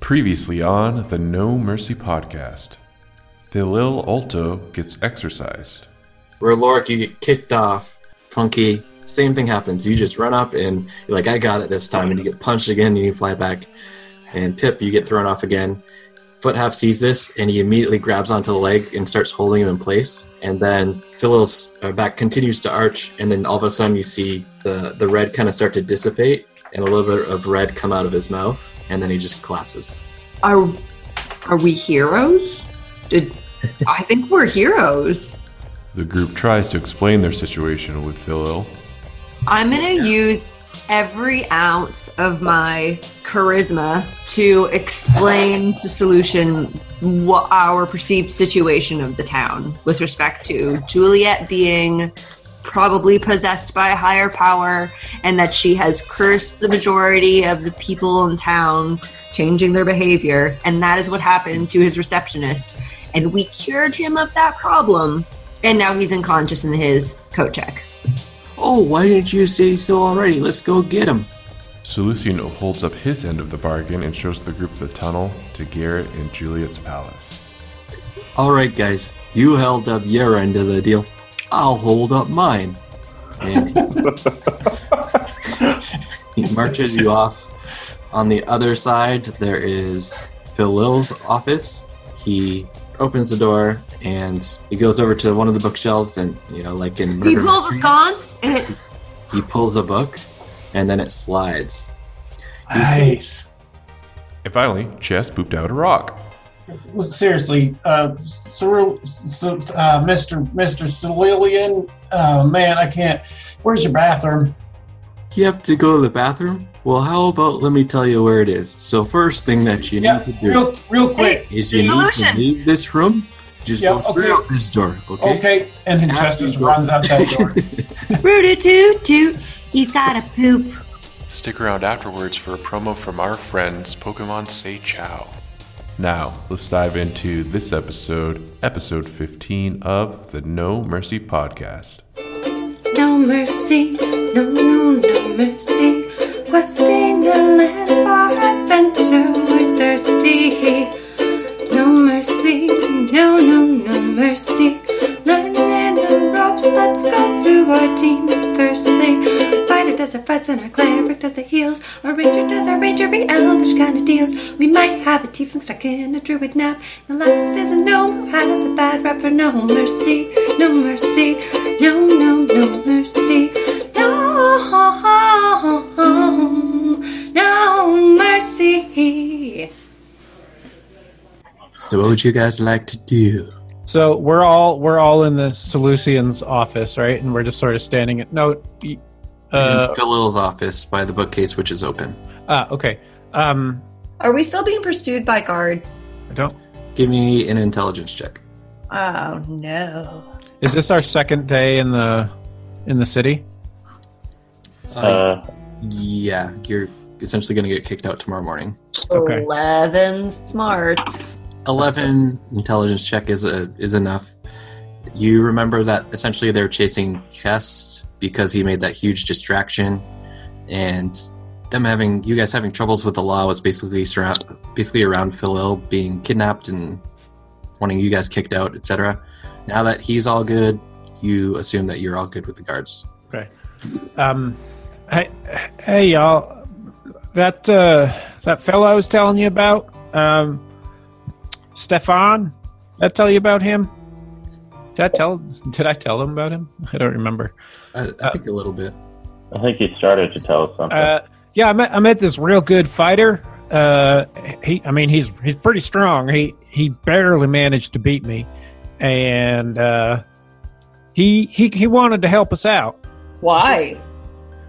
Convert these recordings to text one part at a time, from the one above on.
Previously on the No Mercy podcast, Thalil Alto gets exercised. Where Lorik, you get kicked off, Funky, same thing happens. You just run up and you're like, I got it this time. And you get punched again and you fly back. And Pip, you get thrown off again. Foot half sees this and he immediately grabs onto the leg and starts holding him in place. And then Phil's uh, back continues to arch. And then all of a sudden you see the, the red kind of start to dissipate and a little bit of red come out of his mouth. And then he just collapses. Are are we heroes? Did I think we're heroes? The group tries to explain their situation with Thalil. I'm gonna use every ounce of my charisma to explain to solution what our perceived situation of the town with respect to Juliet being probably possessed by a higher power and that she has cursed the majority of the people in town changing their behavior and that is what happened to his receptionist and we cured him of that problem and now he's unconscious in his coat check Oh, why didn't you say so already? Let's go get him. Seleucian holds up his end of the bargain and shows the group the tunnel to Garrett and Juliet's palace. All right, guys, you held up your end of the deal. I'll hold up mine. And he marches you off. On the other side, there is Philil's office. He opens the door and he goes over to one of the bookshelves and, you know, like in he murder pulls a mysteries, sconce and it he pulls a book and then it slides. Nice. And finally, Chess pooped out a rock. Well, Seriously, uh, Cerul- S- S- uh, Mr. Mr. Cerulean, oh man, I can't. Where's your bathroom? You have to go to the bathroom? Well, how about let me tell you where it is? So, first thing that you Yeah, need to do. real, real quick. is you need to Solution. leave this room. Just Yeah, go straight okay. out this door, okay? Okay, and then After Justice you go. runs out that door. rooted toot toot he's got a poop Stick around afterwards for a promo from our friends Pokemon Say Chow. Now, let's dive into this episode, episode 15 of the No Mercy podcast. No mercy, no, no, no mercy. Questing the land for adventure, we're thirsty. No mercy, no, no, no mercy. Learning the ropes, let's go through our team. Firstly, a fighter does our fights and our cleric does the heals. Our ranger does our rangery, elvish kind of deals. We might have a tiefling stuck in a druid nap. The last is a gnome who has a bad rap for no mercy, no mercy, no, no, no mercy. No, no mercy. So, what would you guys like to do? So we're all we're all in the Seleucian's office, right? And we're just sort of standing at no. y- In Uh, Philil's office by the bookcase, which is open. ah, okay. Um, are we still being pursued by guards I don't. Give me an intelligence check. oh no Is this our second day in the in the city? Uh, Uh, yeah, you're essentially going to get kicked out tomorrow morning. Okay. Eleven smarts. Eleven intelligence check is a, is enough. You remember that essentially they're chasing Chest because he made that huge distraction, and them having you guys having troubles with the law was basically surround basically around Philil being kidnapped and wanting you guys kicked out, etc. Now that he's all good, you assume that you're all good with the guards. Um, hey, hey, y'all. That uh, that fellow I was telling you about, um, Stefan. Did I tell you about him? Did I tell? Did I tell him about him? I don't remember. I, I think a little bit. I think he started to tell us something. Uh, yeah, I met, I met this real good fighter. Uh, he, I mean, he's he's pretty strong. He he barely managed to beat me, and uh, he he he wanted to help us out. Why?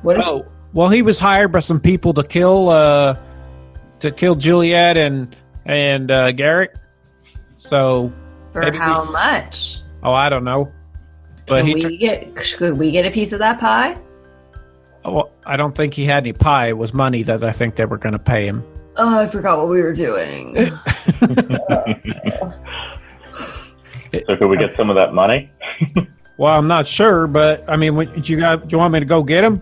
What is? Oh, well, he was hired by some people to kill uh, to kill Juliet and and uh, Garrett. So, for maybe we how much? oh, I don't know, but Can he. we tr- get? Could we get a piece of that pie? well, Oh, I don't think he had any pie. It was money that I think they were going to pay him. Oh, I forgot what we were doing. so could we get some of that money? Well, I'm not sure, but I mean, would- do you guys, do you want me to go get him?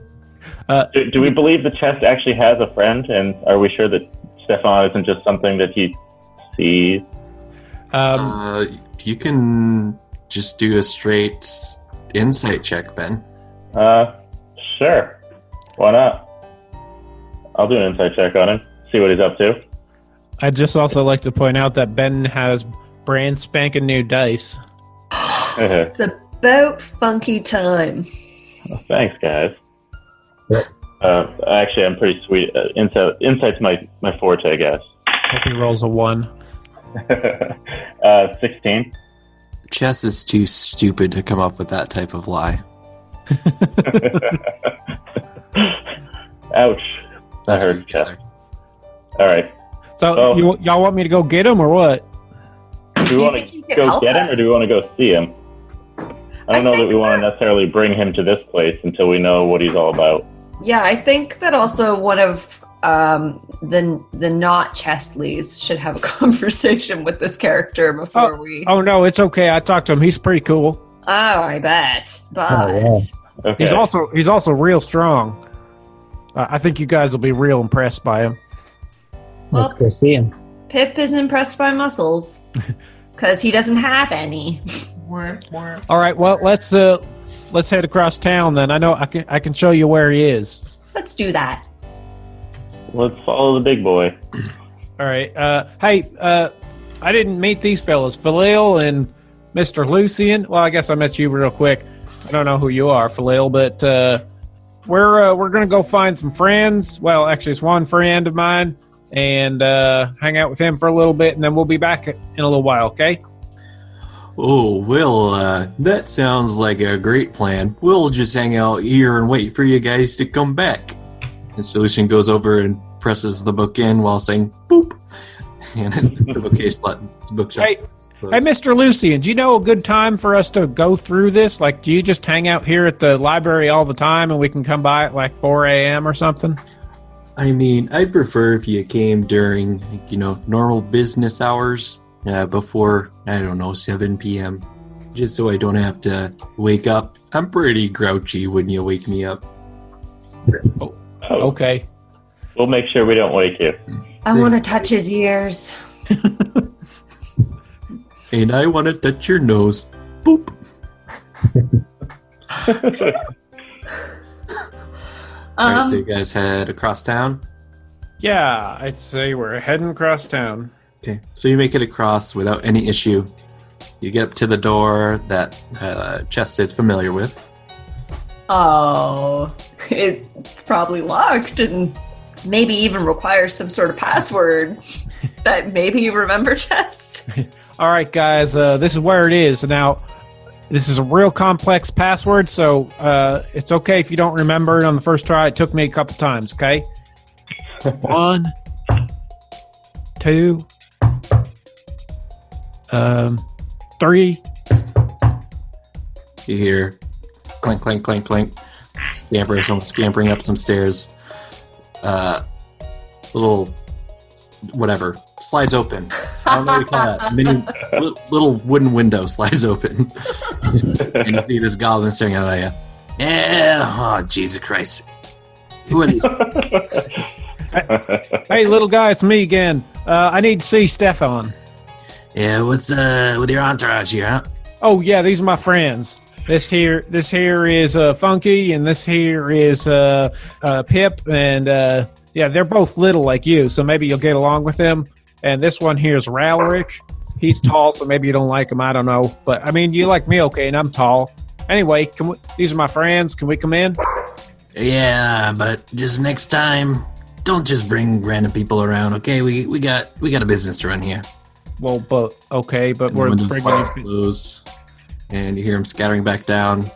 Do, do we believe the chest actually has a friend? And are we sure that Stefan isn't just something that he sees. Um, Uh, you can just do a straight insight check, Ben. Uh, sure. Why not? I'll do an insight check on him, see what he's up to. I'd just also like to point out that Ben has brand spanking new dice. Thanks, It's about funky time. guys. Uh, actually, I'm pretty sweet. Uh, insight, insight's my, my forte, I guess. Hope he rolls a one. uh, 16. Chess is too stupid to come up with that type of lie. Ouch. I That's what heard you chess. gather. All right. So Oh. you, y'all want me to go get him or what? Do You we want think to you could go help get him us? or do we want to go see him? I I don't know that think we want that- to necessarily bring him to this place until we know what he's all about. Yeah, I think that also one of um, the the not Chestleys should have a conversation with this character before we. Oh, Oh no, it's okay. I talked to him. He's pretty cool. I bet. But Oh, Okay. He's also he's also real strong. Uh, I think you guys will be real impressed by him. Well- Let's go see him. Pip is impressed by muscles because he doesn't have any. All right, well let's uh let's head across town then. I know I can I can show you where he is. Let's do that. Let's follow the big boy. All right. Uh, hey, uh, I didn't meet these fellas, Philil and Mister Lucian. Well, I guess I met you real quick. I don't know who you are, Philil, but uh, we're uh, we're gonna go find some friends. Well, actually, it's one friend of mine, and uh, hang out with him for a little bit, and then we'll be back in a little while. Okay. Oh, well, uh, that sounds like a great plan. We'll just hang out here and wait for you guys to come back. And Solution goes over and presses the book in while saying boop. And then the bookcase let the bookshelf. Hey, closed. Hey, Mister Lucian, do you know a good time for us to go through this? Like, do you just hang out here at the library all the time, and we can come by at like four a.m. or something? I mean, I'd prefer if you came during, like, you know, normal business hours uh, before, I don't know, 7 p.m., just so I don't have to wake up. I'm pretty grouchy when you wake me up. Oh, Okay. We'll make sure we don't wake you. I want to touch his ears. And I want to touch your nose. Boop. All right, so Um, you guys head across town. Yeah, I'd say we're heading across town. Okay, so you make it across without any issue. You get up to the door that uh, Chest is familiar with. oh, it's probably locked and maybe even requires some sort of password that maybe you remember, Chest. All right, guys, uh, this is where it is. Now, this is a real complex password, so uh, it's okay if you don't remember it on the first try. It took me a couple times, okay? One, two, um, three. You hear clink, clink, clink, clink. Scamper, someone scampering up some stairs. Uh, little, whatever, slides open. I don't know what you call that. Mini, li- little wooden window slides open. and you see this goblin staring out at you. Eh, oh, Jesus Christ. Who are these? Hey, little guy, it's me again. Uh, I need to see Stefan. yeah, what's uh, with your entourage here, huh? Oh yeah, these are my friends. This here, this here is uh, Funky, and this here is uh, uh, Pip, and uh, yeah, they're both little like you, so maybe you'll get along with them. And this one here is Ralric. He's tall, so maybe you don't like him. I don't know, but I mean, you like me, okay? And I'm tall. Anyway, can we, these are my friends. Can we come in? Yeah, but just next time, don't just bring random people around. Okay, we we got we got a business to run here. Well, but okay, but And the we're windows bringing slightly these people. closed, and you hear him scattering back down,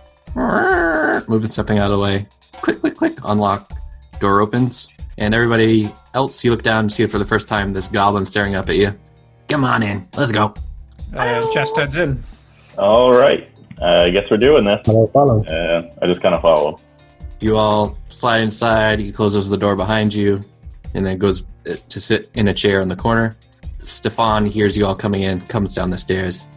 moving something out of the way. Click, click, click. Unlock. Door opens, and everybody else, you look down and see it for the first time. This goblin staring up at you. Come on in. Let's go. Uh, chest heads in. all right. Uh, I guess we're doing this. Follow, follow. Uh, I just kind of follow him. You all slide inside. He closes the door behind you, and then goes uh, to sit in a chair in the corner. Stefan hears you all coming in, comes down the stairs.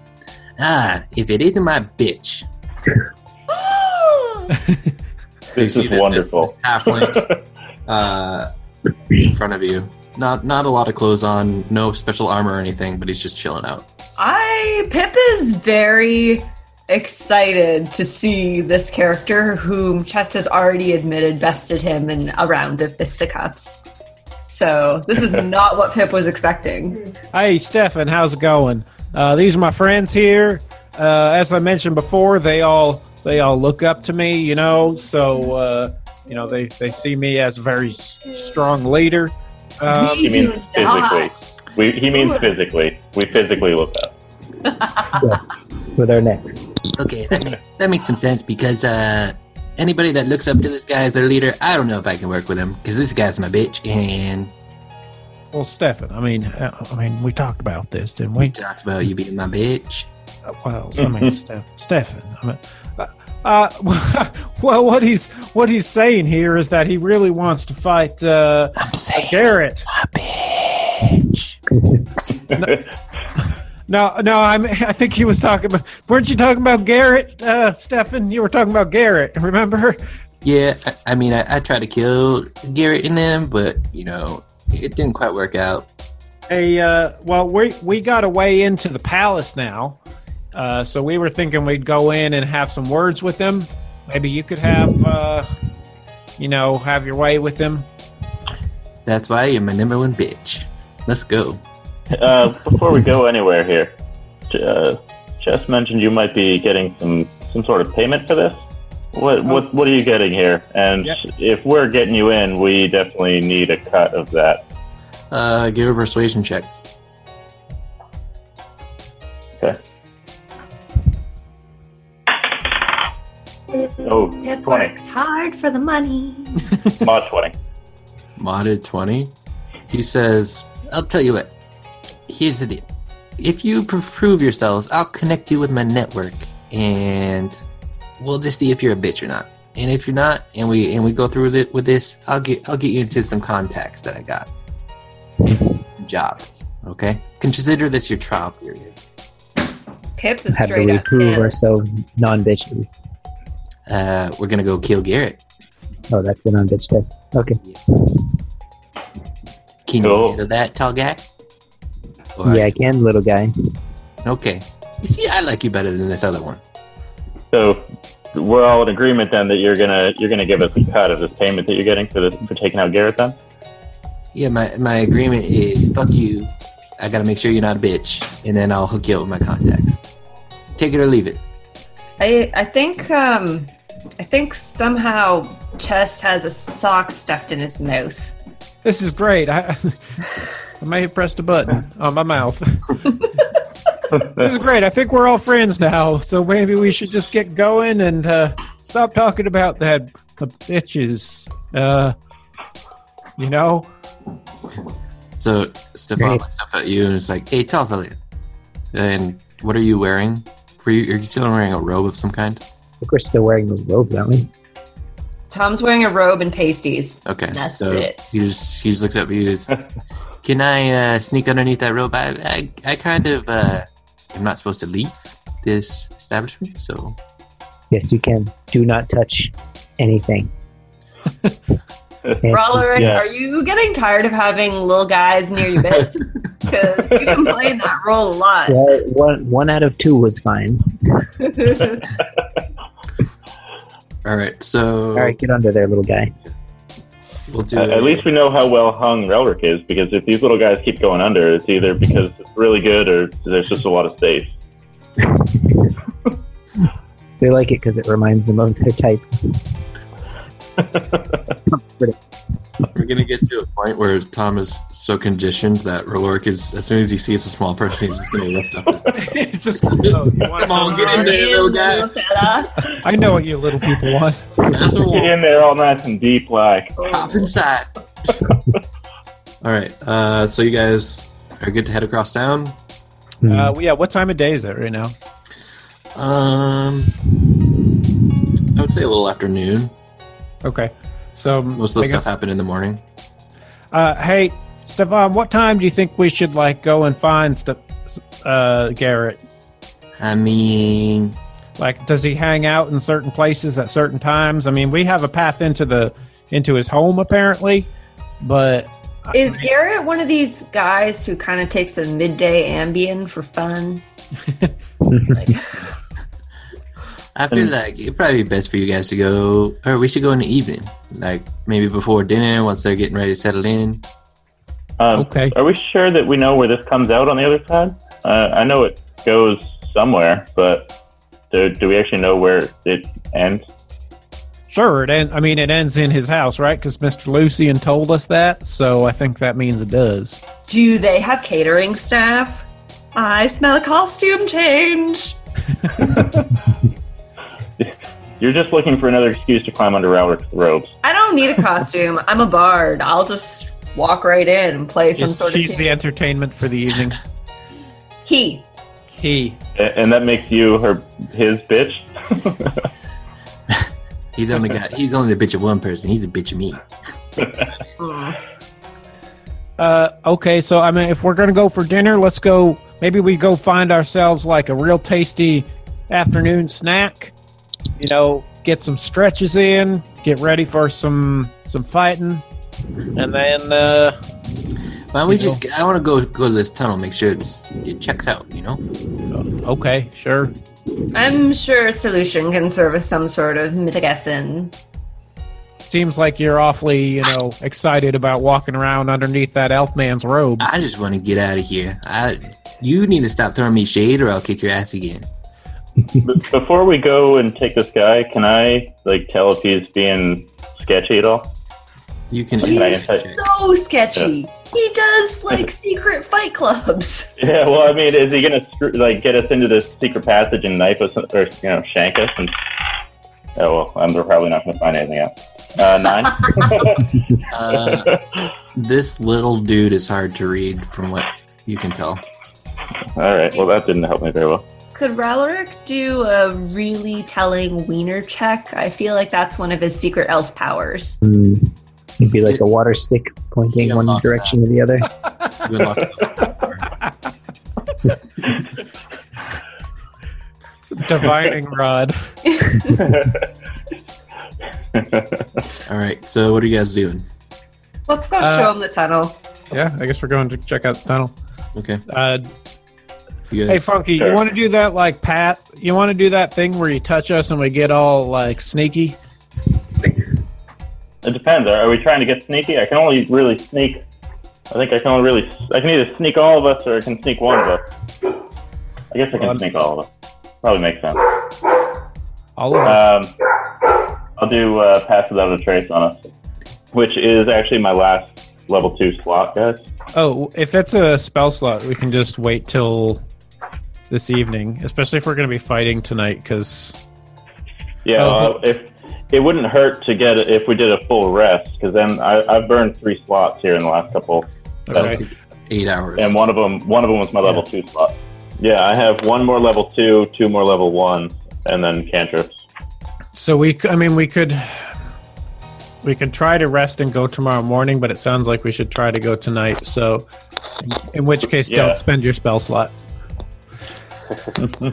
Ah, if it isn't my bitch. So you This see is that wonderful. This, this halfling uh, in front of you, Not not a lot of clothes on, no special armor or anything, but he's just chilling out. I Pip is very excited to see this character whom Chest has already admitted bested him in a round of fisticuffs. So this is not what Pip was expecting. Hey, Stefan, how's it going? Uh, these are my friends here. Uh, as I mentioned before, they all they all look up to me, you know. So uh, you know they they see me as a very s- strong leader. Um, He means do physically. not. We, he means physically. We physically look up. with our necks. Okay, that, make, that makes some sense because uh, anybody that looks up to this guy as their leader, I don't know if I can work with him because this guy's my bitch. And well, Stefan, I mean, uh, I mean, we talked about this, didn't we? talked about you being my bitch. Uh, Well, I mean, Ste- Stefan. I mean, uh, uh, well, what he's what he's saying here is that he really wants to fight uh, I'm saying Garrett. my bitch. No, no, I mean, I think he was talking about. Weren't you talking about Garrett, uh, Stefan? You were talking about Garrett. Remember? Yeah, I, I mean, I, I tried to kill Garrett and them, but you know, it didn't quite work out. Hey, uh, well, we we got a way into the palace now, uh, so we were thinking we'd go in and have some words with him. Maybe you could have, uh, you know, have your way with him. That's why you're my number one bitch. Let's go. Uh, before we go anywhere here, uh, Jess mentioned you might be getting some, some sort of payment for this. What, what what are you getting here? And Yeah. if we're getting you in, we definitely need a cut of that. Uh, give a persuasion check. Oh, It 20. works hard for the money. Mod 20. modded 20 he says i'll tell you what here's the deal if you pr- prove yourselves i'll connect you with my network and we'll just see if you're a bitch or not and if you're not and we and we go through with it with this i'll get i'll get you into some contacts that i got And jobs okay consider this your trial period Pip's is How do straight we up. prove in. ourselves non-bitchy? uh, we're gonna go kill garrett Oh, that's the non-bitch test. Okay. can you Cool. handle that tall guy Or- Yeah, I can, little guy. okay you see i like you better than this other one So we're all in agreement then that you're gonna you're gonna give us a cut of this payment that you're getting for this for taking out Garrett then. Yeah, my, my agreement is fuck you. I gotta make sure you're not a bitch, and then I'll hook you up with my contacts. Take it or leave it. I I think um I think somehow Chest has a sock stuffed in his mouth. This is great. I, I may have pressed a button on my mouth. this is great. I think we're all friends now, so maybe we should just get going and uh, stop talking about that the bitches. Uh, you know, So Stefan Great. looks up at you and is like, "Hey, tall fella, and what are you wearing? Were you, are you still wearing a robe of some kind?" I think we're still wearing those robes, aren't we? Tom's wearing a robe and pasties. Okay, That's so it. He just he just looks up at you. and is, Can I uh, sneak underneath that robe? I I, I kind of uh, am not supposed to leave this establishment, so Yes, you can. Do not touch anything. Thank Rollo, Yeah. are you getting tired of having little guys near your bed? Because we've been playing that role a lot. you. Well, one one out of two was fine. all right, so All right, get under there, little guy. we'll do At, Uh, at least we know how well hung Relric is because if these little guys keep going under, it's either because it's really good or there's just a lot of space. They like it because it reminds them of their type. We're gonna get to a point where Tom is so conditioned that Roloric is, as soon as he sees a small person, he's just gonna lift up his. it's just. Oh, you want- Come on, get in there, little guy. I know what you little people want. That's a Get wall. in there all nice and deep, like. Hop inside. All right, uh, so you guys are good to head across town. Uh, well, yeah, what time of day is it right now? Um, I would say a little afternoon. Okay, so Most of the I guess- stuff happened in the morning. Uh, hey, Stefan, what time do you think we should like go and find Ste- uh, Garrett? I mean, Like, does he hang out in certain places at certain times? I mean, we have a path into the into his home apparently, but Is Garrett one of these guys who kind of takes a midday Ambien for fun? like, I feel Mm. like it'd probably be best for you guys to go, or we should go in the evening, like maybe before dinner once they're getting ready to settle in. Um, Okay. Are we sure that we know where this comes out on the other side? Uh, I know it goes somewhere, but do, do we actually know where it ends? Sure, it end, I mean it ends in his house, right? Because Mr. Lucian told us that, so I think that means it does. do they have catering staff? I smell a costume change. You're just looking for another excuse to climb under Albert's robes. I don't need a costume. I'm a bard. I'll just walk right in and play some Just- sort she's of the entertainment for the evening. he. he. A- And that makes you her his bitch. He's only got he's only a bitch of one person. He's a bitch of me. Uh, okay, so I mean, if we're gonna go for dinner, let's go. Maybe we go find ourselves like a real tasty afternoon snack. You know, get some stretches in, get ready for some some fighting, and then uh, Why don't we just? I want to go go to this tunnel, make sure it's it checks out. You know, okay, sure. I'm sure Solution can serve us some sort of mitigation. Seems like you're awfully you know excited about walking around underneath that elf man's robes. I just want to get out of here. I you need to stop throwing me shade, or I'll kick your ass again. B- Before we go and take this guy, can I like tell if he's being sketchy at all? You can. Can I insight- So sketchy. He does like secret fight clubs. Yeah, well, I mean, is he gonna screw, like get us into this secret passage and knife us or you know shank us? And oh well, I'm, they're probably not gonna find anything out. Uh, nine. Uh, this little dude is hard to read from what you can tell. All right. Well, that didn't help me very well. Could Ralaric do a really telling wiener check? I feel like that's one of his secret elf powers. Hmm. It'd be like a water stick pointing Yeah, one lost direction or the other. You unlocked Divining rod. All right. So what are you guys doing? Let's go Uh, show him the tunnel. Yeah, I guess we're going to check out the tunnel. Okay. Uh, You Hey guys. Funky, Sure. you want to do that like Pat? You want to do that thing where you touch us and we get all like sneaky? It depends. Are, are we trying to get sneaky? I can only really sneak. I think I can only really. I can either sneak all of us or I can sneak one of us. I guess I can Um, sneak all of us. Probably makes sense. All of us. Um, I'll do uh, pass without a trace on us, which is actually my last level two slot, guys. oh, if it's a spell slot, we can just wait till this evening, especially if we're going to be fighting tonight. Because Yeah, Oh. uh, if it wouldn't hurt to get if we did a full rest, because then I, I've burned three slots here in the last couple, That'll take eight hours. and one of them one of them was my level two slot. Yeah, I have one more level two, two more level one, and then cantrips. so we, c- I mean, we could we could try to rest and go tomorrow morning, but it sounds like we should try to go tonight. So, in which case, Yeah. don't spend your spell slot.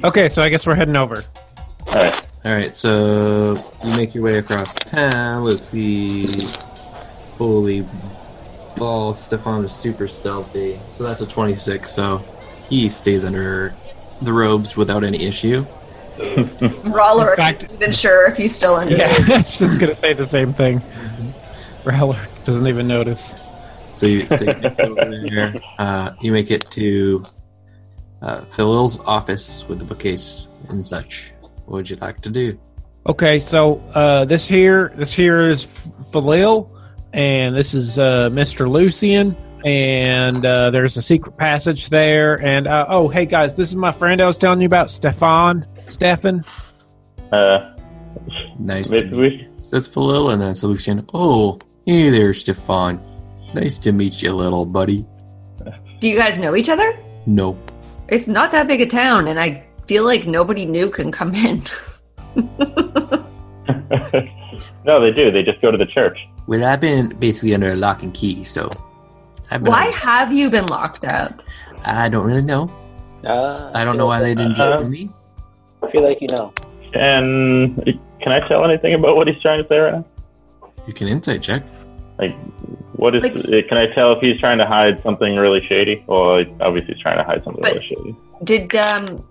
okay, so I guess we're heading over. All right, All right, so you make your way across town. Let's see. Holy ball, Stefan is super stealthy. So that's a 26, so he stays under the robes without any issue. Ralaric fact- isn't even sure if he's still under. Yeah, it's just gonna say the same thing. Rowler doesn't even notice. So you, so you, make, it over there. Uh, you make it to uh, Phil's office with the bookcase and such. What would you like to do? Okay, so uh, this here, this here is Falil, and this is uh, Mr. Lucian, and uh, there's a secret passage there. And uh, oh, hey guys, this is my friend I was telling you about, Stefan. Stefan. uh, Nice. To maybe meet. we, That's Phil and then Solution. Oh, hey there, Stefan. Nice to meet you, little buddy. Do you guys know each other? Nope. It's not that big a town, and I feel like nobody new can come in. no, they do. They just go to the church. Well, I've been basically under a lock and key, so I've been Why have you been locked up? I don't really know. Uh, I don't know why they didn't just do me. I feel like you know. And can I tell anything about what he's trying to say right now? You can insight check. Like, what is? uh, Like- can I tell if he's trying to hide something really shady? Well, he- obviously he's trying to hide something But- really shady. Did um,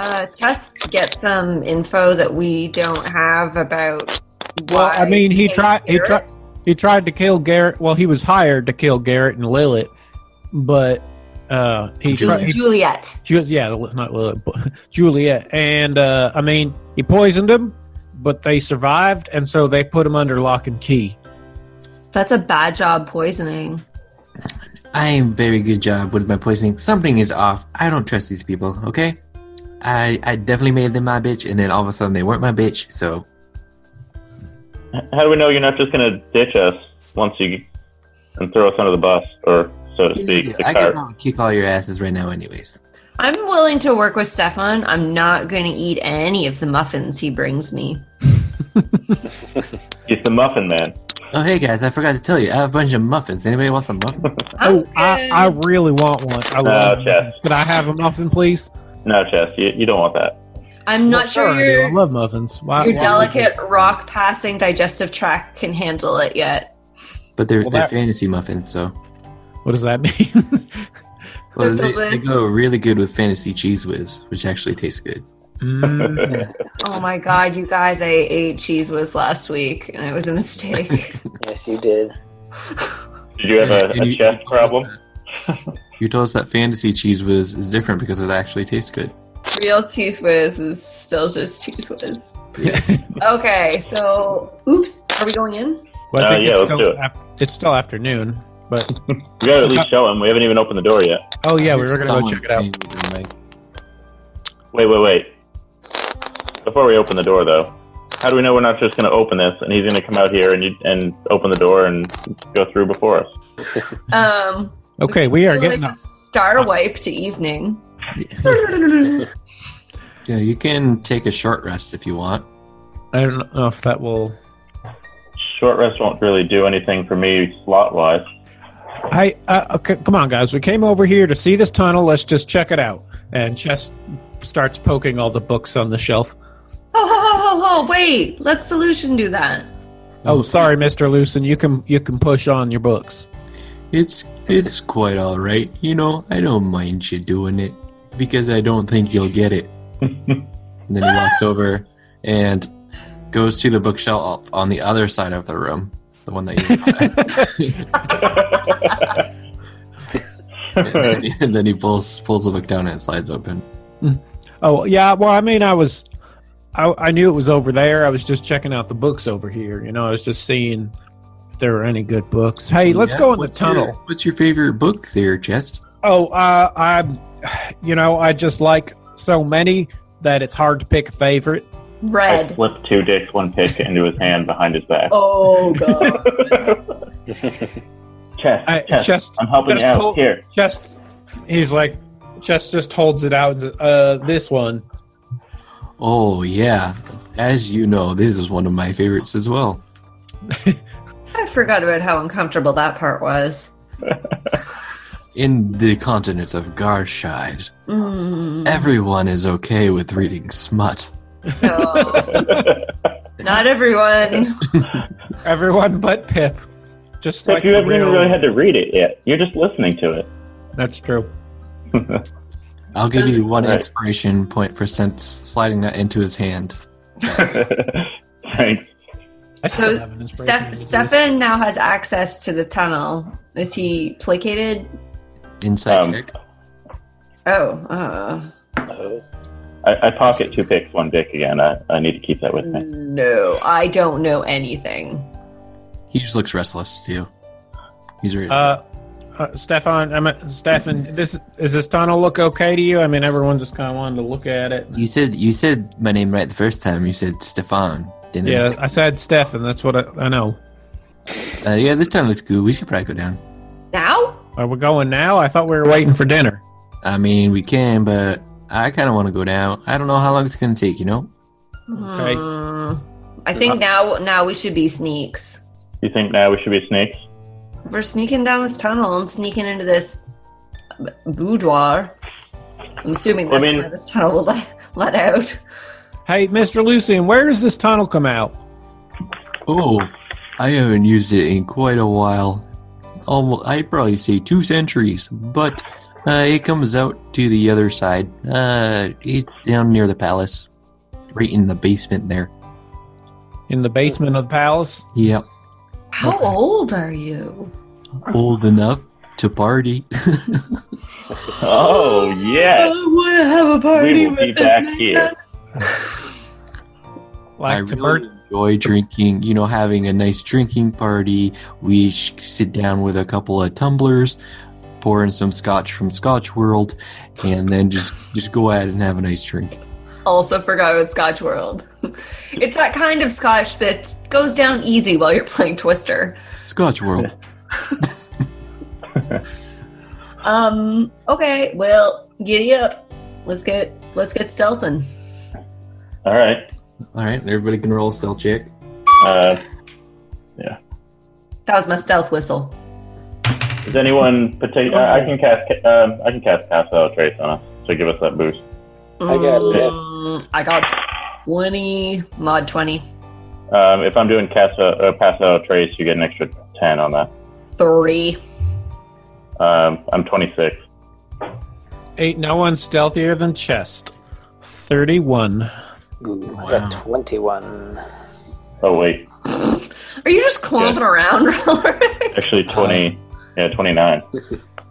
uh, Chest get some info that we don't have about? Well, I why mean, he came tried. He here? tried. He tried to kill Garrett. Well, he was hired to kill Garrett and Lilith, but uh, he Juliet. tried. he- Juliet. Ju- yeah, Lil- not Lilith, but Juliet. And uh, I mean, he poisoned him, but they survived, and so they put him under lock and key. That's a bad job poisoning. I am very good job with my poisoning. Something is off. I don't trust these people, okay? I, I definitely made them my bitch, and then all of a sudden they weren't my bitch, so How do we know you're not just going to ditch us once you and throw us under the bus, or so to Here's the speak, deal. the I cart? can kick all your asses right now, anyways. I'm willing to work with Stefan. I'm not going to eat any of the muffins he brings me. He's the muffin man. Oh, hey guys, I forgot to tell you, I have a bunch of muffins. Anybody want some muffins? Oh, I, I really want one. I love Chef. muffins. Could I have a muffin, please? No, Chess, you, you don't want that. I'm not Well, sure I do. I your love muffins. Why, your why- delicate rock passing digestive tract can handle it yet. But they're, Well, they're that- fantasy muffins, so. What does that mean? Well, That's they, all they good. go really good with fantasy cheese whiz, which actually tastes good. Mm. Oh my god, you guys! I ate cheese whiz last week, and it was a mistake. Yes, you did. Did you have a, And you- a you told chest us problem? that- you told us that fantasy cheese whiz is different because it actually tastes good. Real cheese whiz is still just cheese whiz. okay, so oops, are we going in? Well, I Uh, think yeah, it's, let's still do it. af- it's still afternoon, but We gotta at least show him. We haven't even opened the door yet. oh yeah, we were gonna go Someone check it out. came with a mic. Wait, wait, wait. Before we open the door, though, how do we know we're not just gonna open this and he's gonna come out here and you, and open the door and go through before us? Um, Okay, we are we'll getting make up. a star wipe to evening. Yeah, you can take a short rest if you want. I don't know if that will. Short rest won't really do anything for me slot wise. I uh, okay, come on, guys. We came over here to see this tunnel. Let's just check it out. And Chest starts poking all the books on the shelf. Oh, ho, ho, ho, ho, wait, let Solution do that. Oh, sorry, Mister Lucen. You can you can push on your books. It's it's quite all right. You know, I don't mind you doing it because I don't think you'll get it. and then he walks over and goes to the bookshelf on the other side of the room, the one that you. and, then he, and then he pulls pulls the book down and it slides open. Oh yeah. Well, I mean, I was I, I knew it was over there. I was just checking out the books over here. You know, I was just seeing if there were any good books. Hey, let's Yeah, go in the what's your- tunnel. what's your favorite book there, Chest? Oh, uh, I'm, you know, I just like so many that it's hard to pick a favorite. I Red. slipped two dicks, one pick into his hand behind his back. Oh god. Chess, I, chess, Just, I'm helping you just out hold- here. just, he's like, just, just holds it out. and says, Uh, this one. Oh yeah, as you know, this is one of my favorites as well. I forgot about how uncomfortable that part was. In the continent of Garshide, Mm, everyone is okay with reading smut. no. Not everyone. Everyone but Pip. Just Except like you the haven't real. even really had to read it yet. You're just listening to it. That's true. I'll give you one Right. inspiration point for since sliding that into his hand. Thanks. I still So, have an inspiration. to Steph- do Stefan now has access to the tunnel. Is he placated? Insight Um, check. Oh, uh, Oh, I, I pocket two picks, one dick again. I, I need to keep that with Mm. me. no, I don't know anything. He just looks restless to you. He's ready. this. Uh, uh, Stefan, I'm a, Stefan. This is this tunnel look okay to you? I mean, everyone just kind of wanted to look at it. you said you said my name right the first time. You said Stefan. Didn't Yeah, you? I said Stefan. That's what I, I know. Uh, yeah, this time looks good. We should probably go down. Now? Are we going now? I thought we were waiting for dinner. I mean, we can, but I kind of want to go down. I don't know how long it's gonna take. You know, Okay. Hmm. I think now now we should be sneaks. You think now we should be snakes? We're sneaking down this tunnel and sneaking into this b- boudoir. I'm assuming I that's mean- where this tunnel will let, let out. Hey, Mr. Lucian, where does this tunnel come out? Oh, I haven't used it in quite a while. Almost, I'd probably say two centuries, but uh, it comes out to the other side. Uh, it's down near the palace, right in the basement there. in the basement of the palace. Yep, How old are you? old enough to party. Oh yes, want to have a we will be back here. Like I really to bird- enjoy drinking, you know, having a nice drinking party. We each sit down with a couple of tumblers, pour in some scotch from Scotch World, and then just just go out and have a nice drink. Also forgot about Scotch World. it's that kind of Scotch that goes down easy while you're playing Twister. Scotch World. Um. Okay. Well, giddy up. Let's get let's get stealthing. All right. All right, everybody can roll a stealth check. Uh, That was my stealth whistle. is anyone particular? I can cast. ca- Um, I can cast cast out trace on us to give us that boost. I got it. Mm, I got twenty mod twenty. Um, if I'm doing cast out, uh, pass out trace, you get an extra ten on that. Three. Um, I'm 26. Ain't no one stealthier than chest. Thirty-one. Ooh, I got 21. Oh wait, Are you just clomping around? Oh, Robert? actually Uh-huh. 20. Yeah, 29.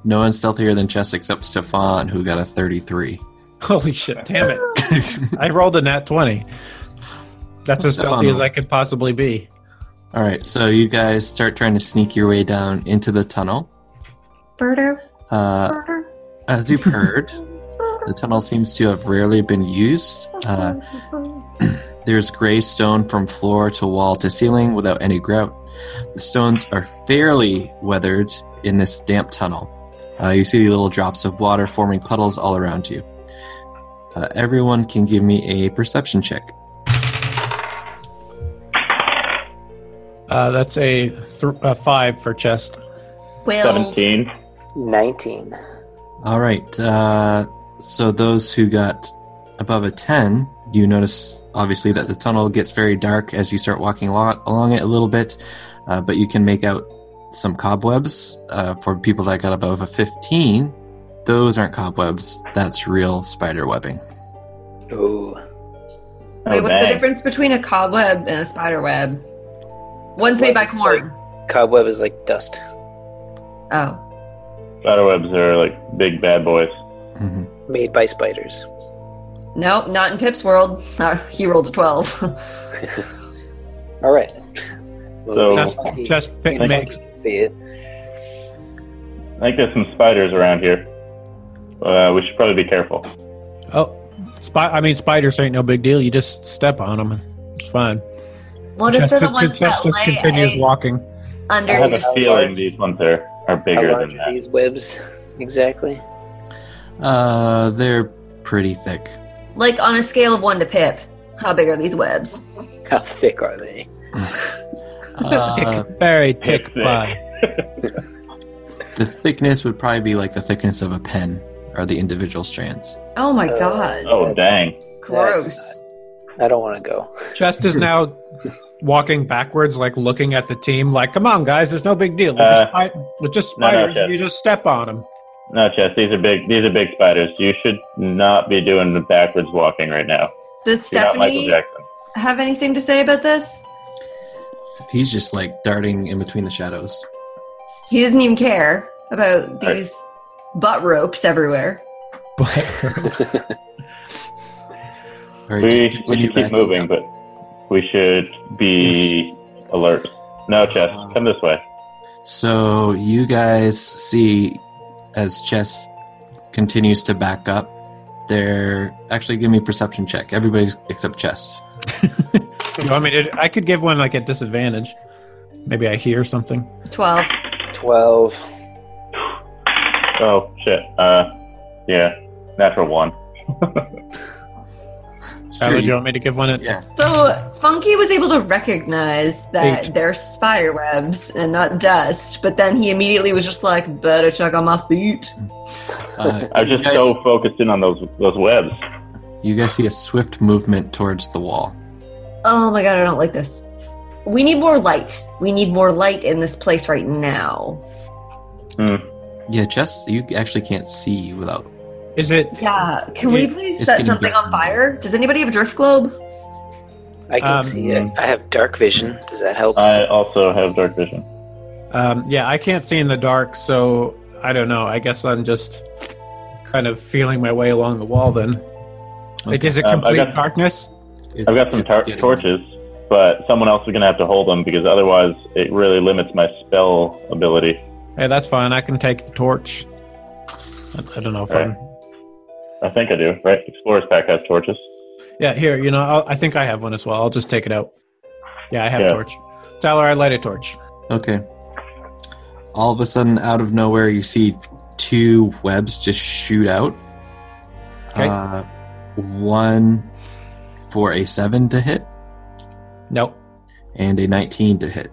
No one's stealthier than Chess except Stefan, who got a 33. Holy shit! Damn it! I rolled a nat twenty. That's as stealthy as I could possibly be. All right, so you guys start trying to sneak your way down into the tunnel. Birder. Uh, Birder. as you've heard, the tunnel seems to have rarely been used. Uh, There's gray stone from floor to wall to ceiling without any grout. The stones are fairly weathered in this damp tunnel. Uh, you see little drops of water forming puddles all around you. Uh, everyone can give me a perception check. Uh, that's a, th- a five for chest. Well. 17. 19. All right. Uh, so those who got above a ten, you notice obviously that the tunnel gets very dark as you start walking lo- along it a little bit, uh, but you can make out some cobwebs. Uh, for people that got above a fifteen, those aren't cobwebs. That's real spider webbing. Ooh. Wait, Oh, what's the dang. difference between a cobweb and a spider web? One's made by corn. Cobweb is like dust. Oh, Spiderwebs are like big bad boys. hmm Made by spiders. no, not in Pip's world. Uh, he rolled a 12. All right. Well, Chest, we- chest pick we- makes. See it. I think there's some spiders around here. Uh, we should probably be careful. Oh, spy, I mean spiders ain't no big deal. You just step on them. It's fine. what if Chest they're the just- ones chest that just lay continues eggs walking. under I have a your- feeling these ones are, are How bigger large than are that. these webs exactly? Uh, they're pretty thick. Like on a scale of 1 to Pip, how big are these webs? How thick are they? Uh, Thick, very thick thick. pie. the thickness would probably be like the thickness of a pen, or the individual strands. Oh my god. Oh, dang. Gross. I don't want to go. Chest is now walking backwards, like looking at the team, like, "Come on, guys, it's no big deal. We're Uh, just, spi- we're just no, no, spiders. Chest. you just step on them." No, Chess, these are big these are big spiders. You should not be doing the backwards walking right now. Does You're not Michael Stephanie Jackson. have anything to say about this? He's just like darting in between the shadows. He doesn't even care about Right. these butt ropes everywhere. All right, We, we continue should keep backing moving, up. but we should be alert. No, Chess, come this way. So you guys see as Chess continues to back up, they're actually give me a perception check. Everybody's except Chess. You want me to? I could give one like at disadvantage. Maybe I hear something. 12. 12. Oh shit. Uh yeah. Natural one. Tyler, do you you- want me to give one at? Yeah. So Funky was able to recognize that Eight. they're spider webs and not dust, but then he immediately was just like, "Better check on my feet." Uh, I was just Guys- so focused in on those those webs. you guys see a swift movement towards the wall. Oh my god, I don't like this. We need more light. We need more light in this place right now. Yeah, Jess, you actually can't see without. Is it? Yeah. Can we It- please it's set getting something dark on fire? Does anybody have a drift globe? I can Um, Uh, see it. I have dark vision. Does that help? I also have dark vision. Um, yeah, I can't see in the dark, so I don't know. I guess I'm just kind of feeling my way along the wall. Then, like, is it Um, I complete got- darkness? It's, I've got some it's tar- getting- torches, but someone else is going to have to hold them because otherwise it really limits my spell ability. Hey, that's fine. I can take the torch. I, I don't know if Um, I'm. I think I do, right? Explorer's Pack has torches. Yeah, here. You know, I'll, I think I have one as well. I'll just take it out. Yeah, I have Yeah. a torch. Tyler, I light a torch. Okay. All of a sudden, out of nowhere, you see two webs just shoot out. Okay. Uh, one for a seven to hit Nope, and a nineteen to hit.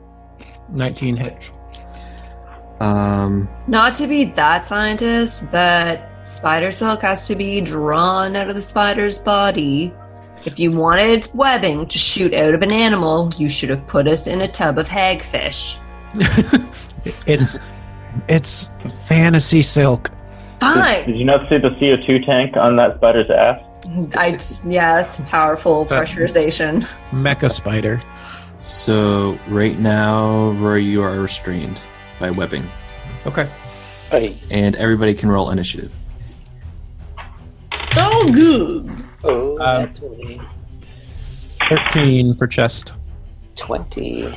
nineteen hit. Um, Not to be that scientist, but spider silk has to be drawn out of the spider's body. If you wanted webbing to shoot out of an animal, you should have put us in a tub of hagfish. It's it's fantasy silk. Did, Fine. did you not see the CO2 tank on that spider's ass? I yes, powerful That- pressurization. Mecha spider. so right now, Rory, you are restrained by webbing, Okay. I, and everybody can roll initiative. Oh, good. oh, Um, that's what we need. Thirteen for chest. 20.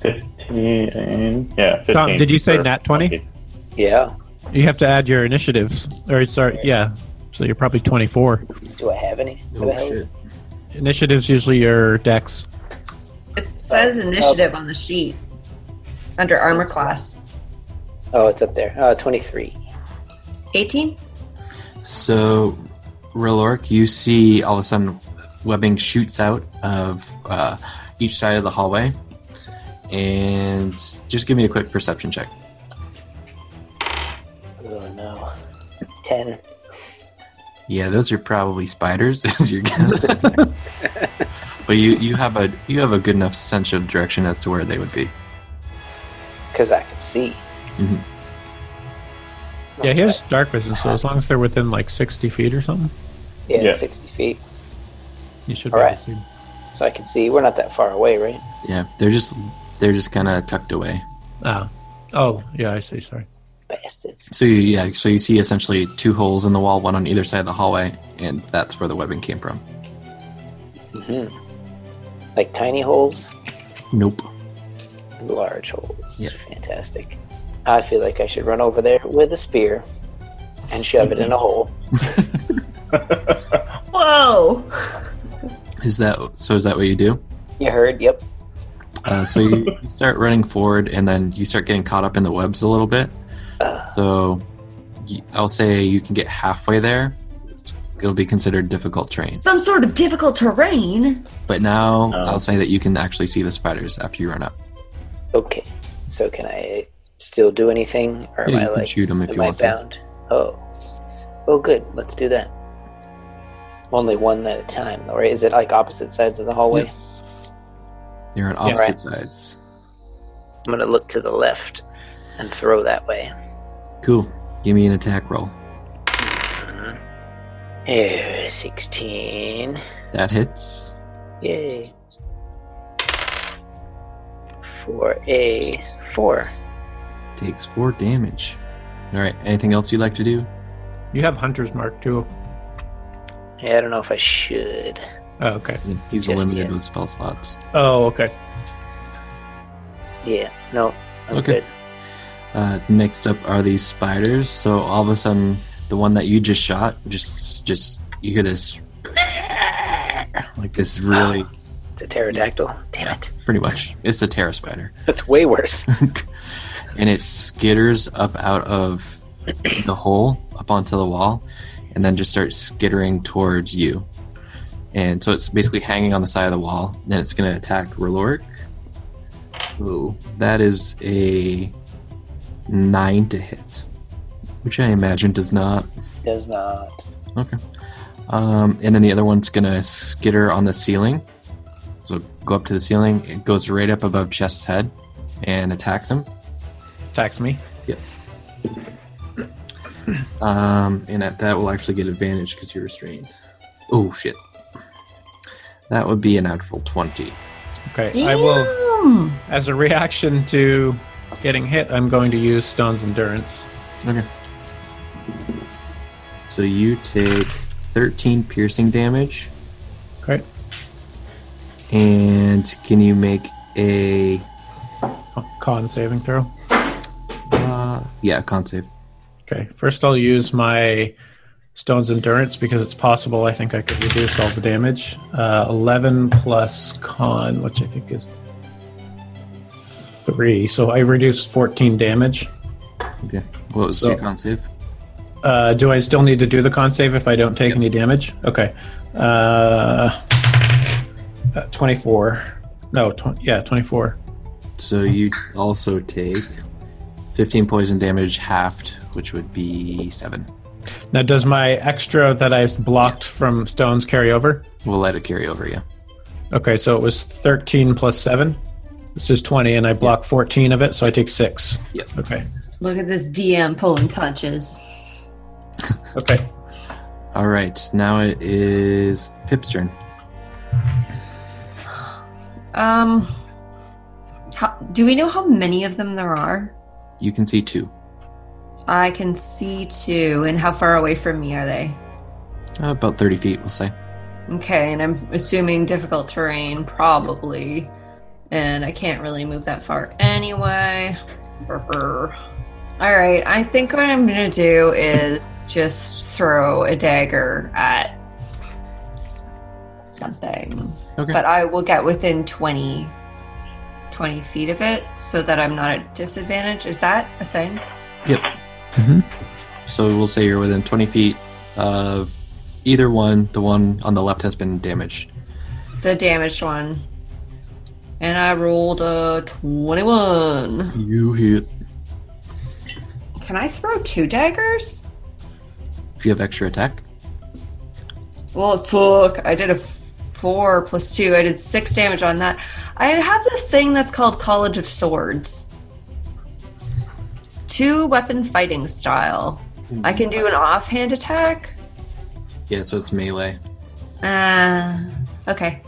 15. Yeah, 15. Tom, did you say for nat 20? monkey. Yeah. You have to add your initiatives. Or sorry, yeah. So you're probably twenty-four. Do I have any? Oh, What the hell is it? Initiatives usually your dex. It says initiative on the sheet under armor class. Oh, it's up there. Uh, 23. 18? So, Rilork, you see all of a sudden webbing shoots out of uh, each side of the hallway. And just give me a quick perception check. Oh, no. 10. Yeah, those are probably spiders, is your guess. but you, you have a you have a good enough sense of direction as to where they would be. Because I can see. Mhm. Mm-hmm. Yeah, That's here's dark vision, so as long as they're within like sixty feet or something, right. Yeah, Yeah. 60 feet. you should be All able right. to see. them. So I can see. We're not that far away, right? Yeah, they're just they're just kind of tucked away. Ah. Oh, yeah, I see, sorry. Bastards. So you, yeah, so you see essentially two holes in the wall, one on either side of the hallway, and that's where the webbing came from. hmm Like tiny holes, Nope. large holes. Yeah. Fantastic. I feel like I should run over there with a spear and shove it in a hole. Whoa. Is that so? Is that what you do? You heard? Yep. Uh, so you you start running forward, and then you start getting caught up in the webs a little bit. Uh, So y- I'll say you can get halfway there. It's, it'll be considered difficult terrain. Some sort of difficult terrain. But now Oh. I'll say that you can actually see the spiders after you run up. Okay. So can I still do anything, or Yeah, am I you can like shoot 'em if am you I want to. bound? Oh. Oh, good. Let's do that. Only one at a time, though, right? Is it like opposite sides of the hallway? They're on Yeah. opposite Right. sides. I'm gonna look to the left and throw that way. Cool. Give me an attack roll. Eh, 16. That hits. Yay. For a 4. Takes four damage. All right. Anything else you'd like to do? You have Hunter's Mark too. Yeah, I don't know if I should. Oh, okay. He's Just limited yet. with spell slots. Oh, okay. Yeah, no. I'm Okay. good. Uh, next up are these spiders. So all of a sudden, the one that you just shot, just just you hear this, like this really It's a pterodactyl. Damn it. pretty much. It's a terror spider, That's way worse. and it skitters up out of the hole up onto the wall, and then just starts skittering towards you. And so it's basically hanging on the side of the wall. Then it's going to attack Reloric. Ooh, that is a nine to hit, which I imagine does not. Does not. Okay. Um, and then the other one's gonna skitter on the ceiling. So go up to the ceiling. It goes right up above Chest's head and attacks him. Attacks me. Um, and that, that will actually get advantage because you're restrained. Oh shit! That would be an natural twenty. Okay, I will. Hmm. As a reaction to getting hit, I'm going to use Stone's Endurance. Okay. So you take thirteen piercing damage. Okay. And can you make a Con saving throw. uh, yeah con save? Okay, first I'll use my Stone's Endurance because it's possible. I think I could reduce all the damage. Uh, 11 plus con, which I think is 3. So I reduced 14 damage. Okay. What was So- your con save? Uh, do I still need to do the con save if I don't take any damage? Okay. Uh, uh, 24. No, tw- yeah, 24. So you also take fifteen poison damage halved, which would be seven. Now, does my extra that I blocked from stones carry over? We'll let it carry over. Yeah. Okay, so it was 13 plus 7, which is 20, and I block 14 of it, so I take 6. Yep. Okay. Look at this DM pulling punches. Okay. All right. Now it is Pip's turn. Um, how, do we know how many of them there are? You can see two, I can see two, and how far away from me are they? uh, about thirty feet, we'll say. Okay, and I'm assuming difficult terrain, probably. And I can't really move that far anyway. Brr. All right, I think what I'm going to do is just throw a dagger at something. Okay. But I will get within 20, 20 feet of it so that I'm not at disadvantage. Is that a thing? So we'll say you're within 20 feet of either one. The one on the left has been damaged. The damaged one. And I rolled a 21. You hit. Can I throw two daggers? If you have extra attack, Well, fuck. I did a f- four plus two. I did six damage on that. I have this thing that's called College of Swords. Two weapon fighting style. I can do an offhand attack. yeah. So it's melee. Uh, okay.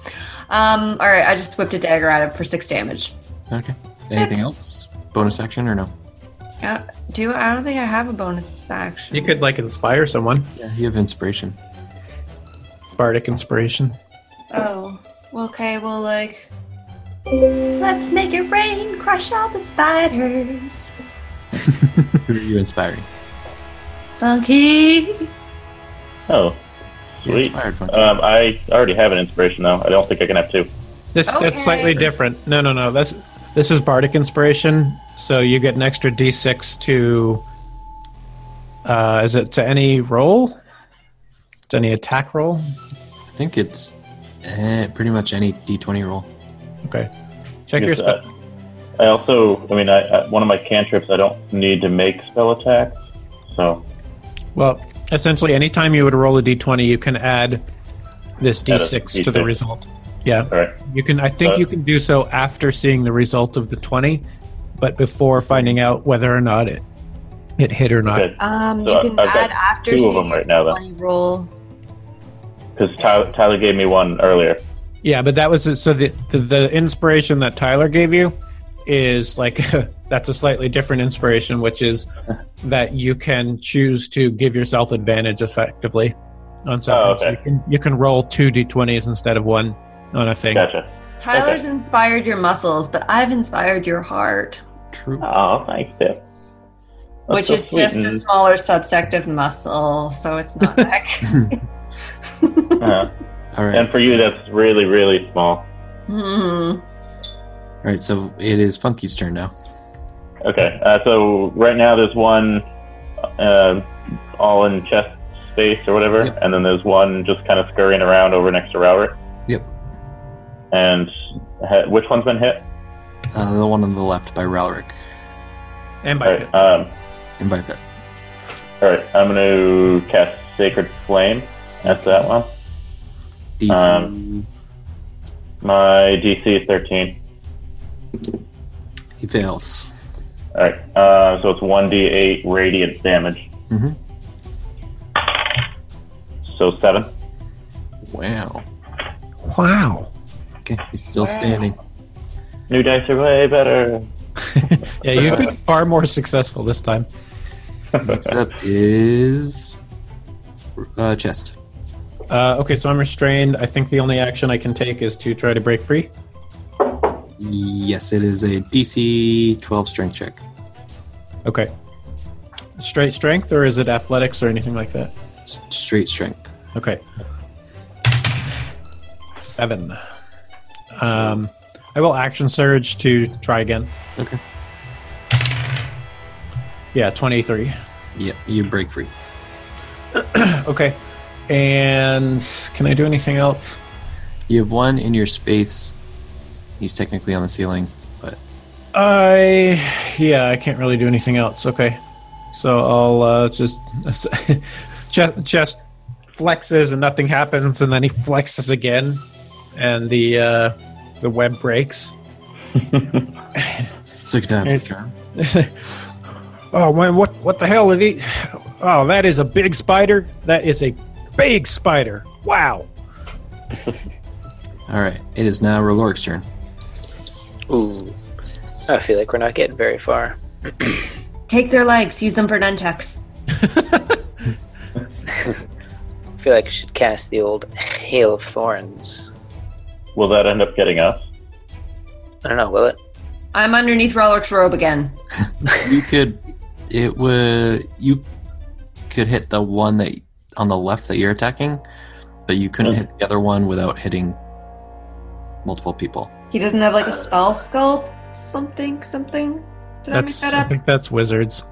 Um, all right. I just whipped a dagger at him for six damage. Okay. Anything else? Bonus action or no? Uh, do I don't think I have a bonus action. You could, like, inspire someone. Yeah. You have inspiration. Bardic Inspiration. Oh, okay. Well, like, let's make it rain, crush all the spiders. Who are you inspiring? Funky. Oh, You're Sweet. inspired Funky. um, I already have an inspiration though. I don't think I can have two. This Okay. That's slightly different. No, no, no. That's, this is Bardic Inspiration, so you get an extra d6 to. Uh, is it to any roll? To any attack roll? I think it's eh, pretty much any D20 roll. Okay. Check your Yes, uh, spell. I, I also, I mean, I, I, one of my cantrips, I don't need to make spell attacks, so Well, essentially, anytime you would roll a d20, you can add this Add a d6 to the D6. result. Yeah, all right. you can. I think Uh, you can do so after seeing the result of the 20, but before finding out whether or not it it hit or not. Good. Um, So you I- can I've add got after two of seeing them right now, then. money roll. Because Tyler, Tyler gave me one earlier. Yeah, but that was so the the, the inspiration that Tyler gave you is like that's a slightly different inspiration, which is that you can choose to give yourself advantage effectively on something. So Oh, okay. you can you can roll two d20s instead of one on a thing. Gotcha. Tyler's inspired your muscles, but I've inspired your heart, True. Oh, thanks, Pip. That's which so is sweet, just a and- smaller subsect of muscle, so it's not that. uh-huh. All right. and for you, that's really, really small. Hmm. All right. So it is Funky's turn now. Okay, uh, so right now there's one uh, all in chest space or whatever, Yep. and then there's one just kind of scurrying around over next to Robert. Yep. And ha- which one's been hit? Uh, the one on the left by Ralric And by All right, um, and by Pip. all right, I'm going to cast Sacred Flame. That's that one. DC. Um, My DC is 13. He fails. All right. Uh, so it's 1d8 radiant damage. Mhm. So seven. Wow. Wow. Okay, he's still standing. New dice are way better. Yeah, you've been far more successful this time. Next up is uh, chest. Uh, okay, so I'm restrained. I think the only action I can take is to try to break free. Yes, it is a DC 12 strength check. Okay. Straight strength, or is it athletics or anything like that? S- straight strength. Okay. Seven. Um, I will action surge to try again. Okay. Yeah, 23. Yeah, you break free. Okay. And can I do anything else? You have one in your space. He's technically on the ceiling, but I yeah, I can't really do anything else. Okay, so I'll uh, just just just flexes and nothing happens, and then he flexes again, and the uh, the web breaks. six times the charm. Oh man, what what the hell is he? Oh, that is a big spider. That is a big spider. Wow. All right, it is now Roloric's turn. Ooh. I feel like we're not getting very far. Take their legs, use them for nunchucks. I feel like I should cast the old Hail of Thorns. Will that end up getting us? I don't know, will it? I'm underneath Rollick's robe again. You could, it would, you could hit the one that on the left that you're attacking, but you couldn't hit the other one without hitting multiple people. He doesn't have like a spell sculpt, something, something. Did That's I make I that up? think that's wizards.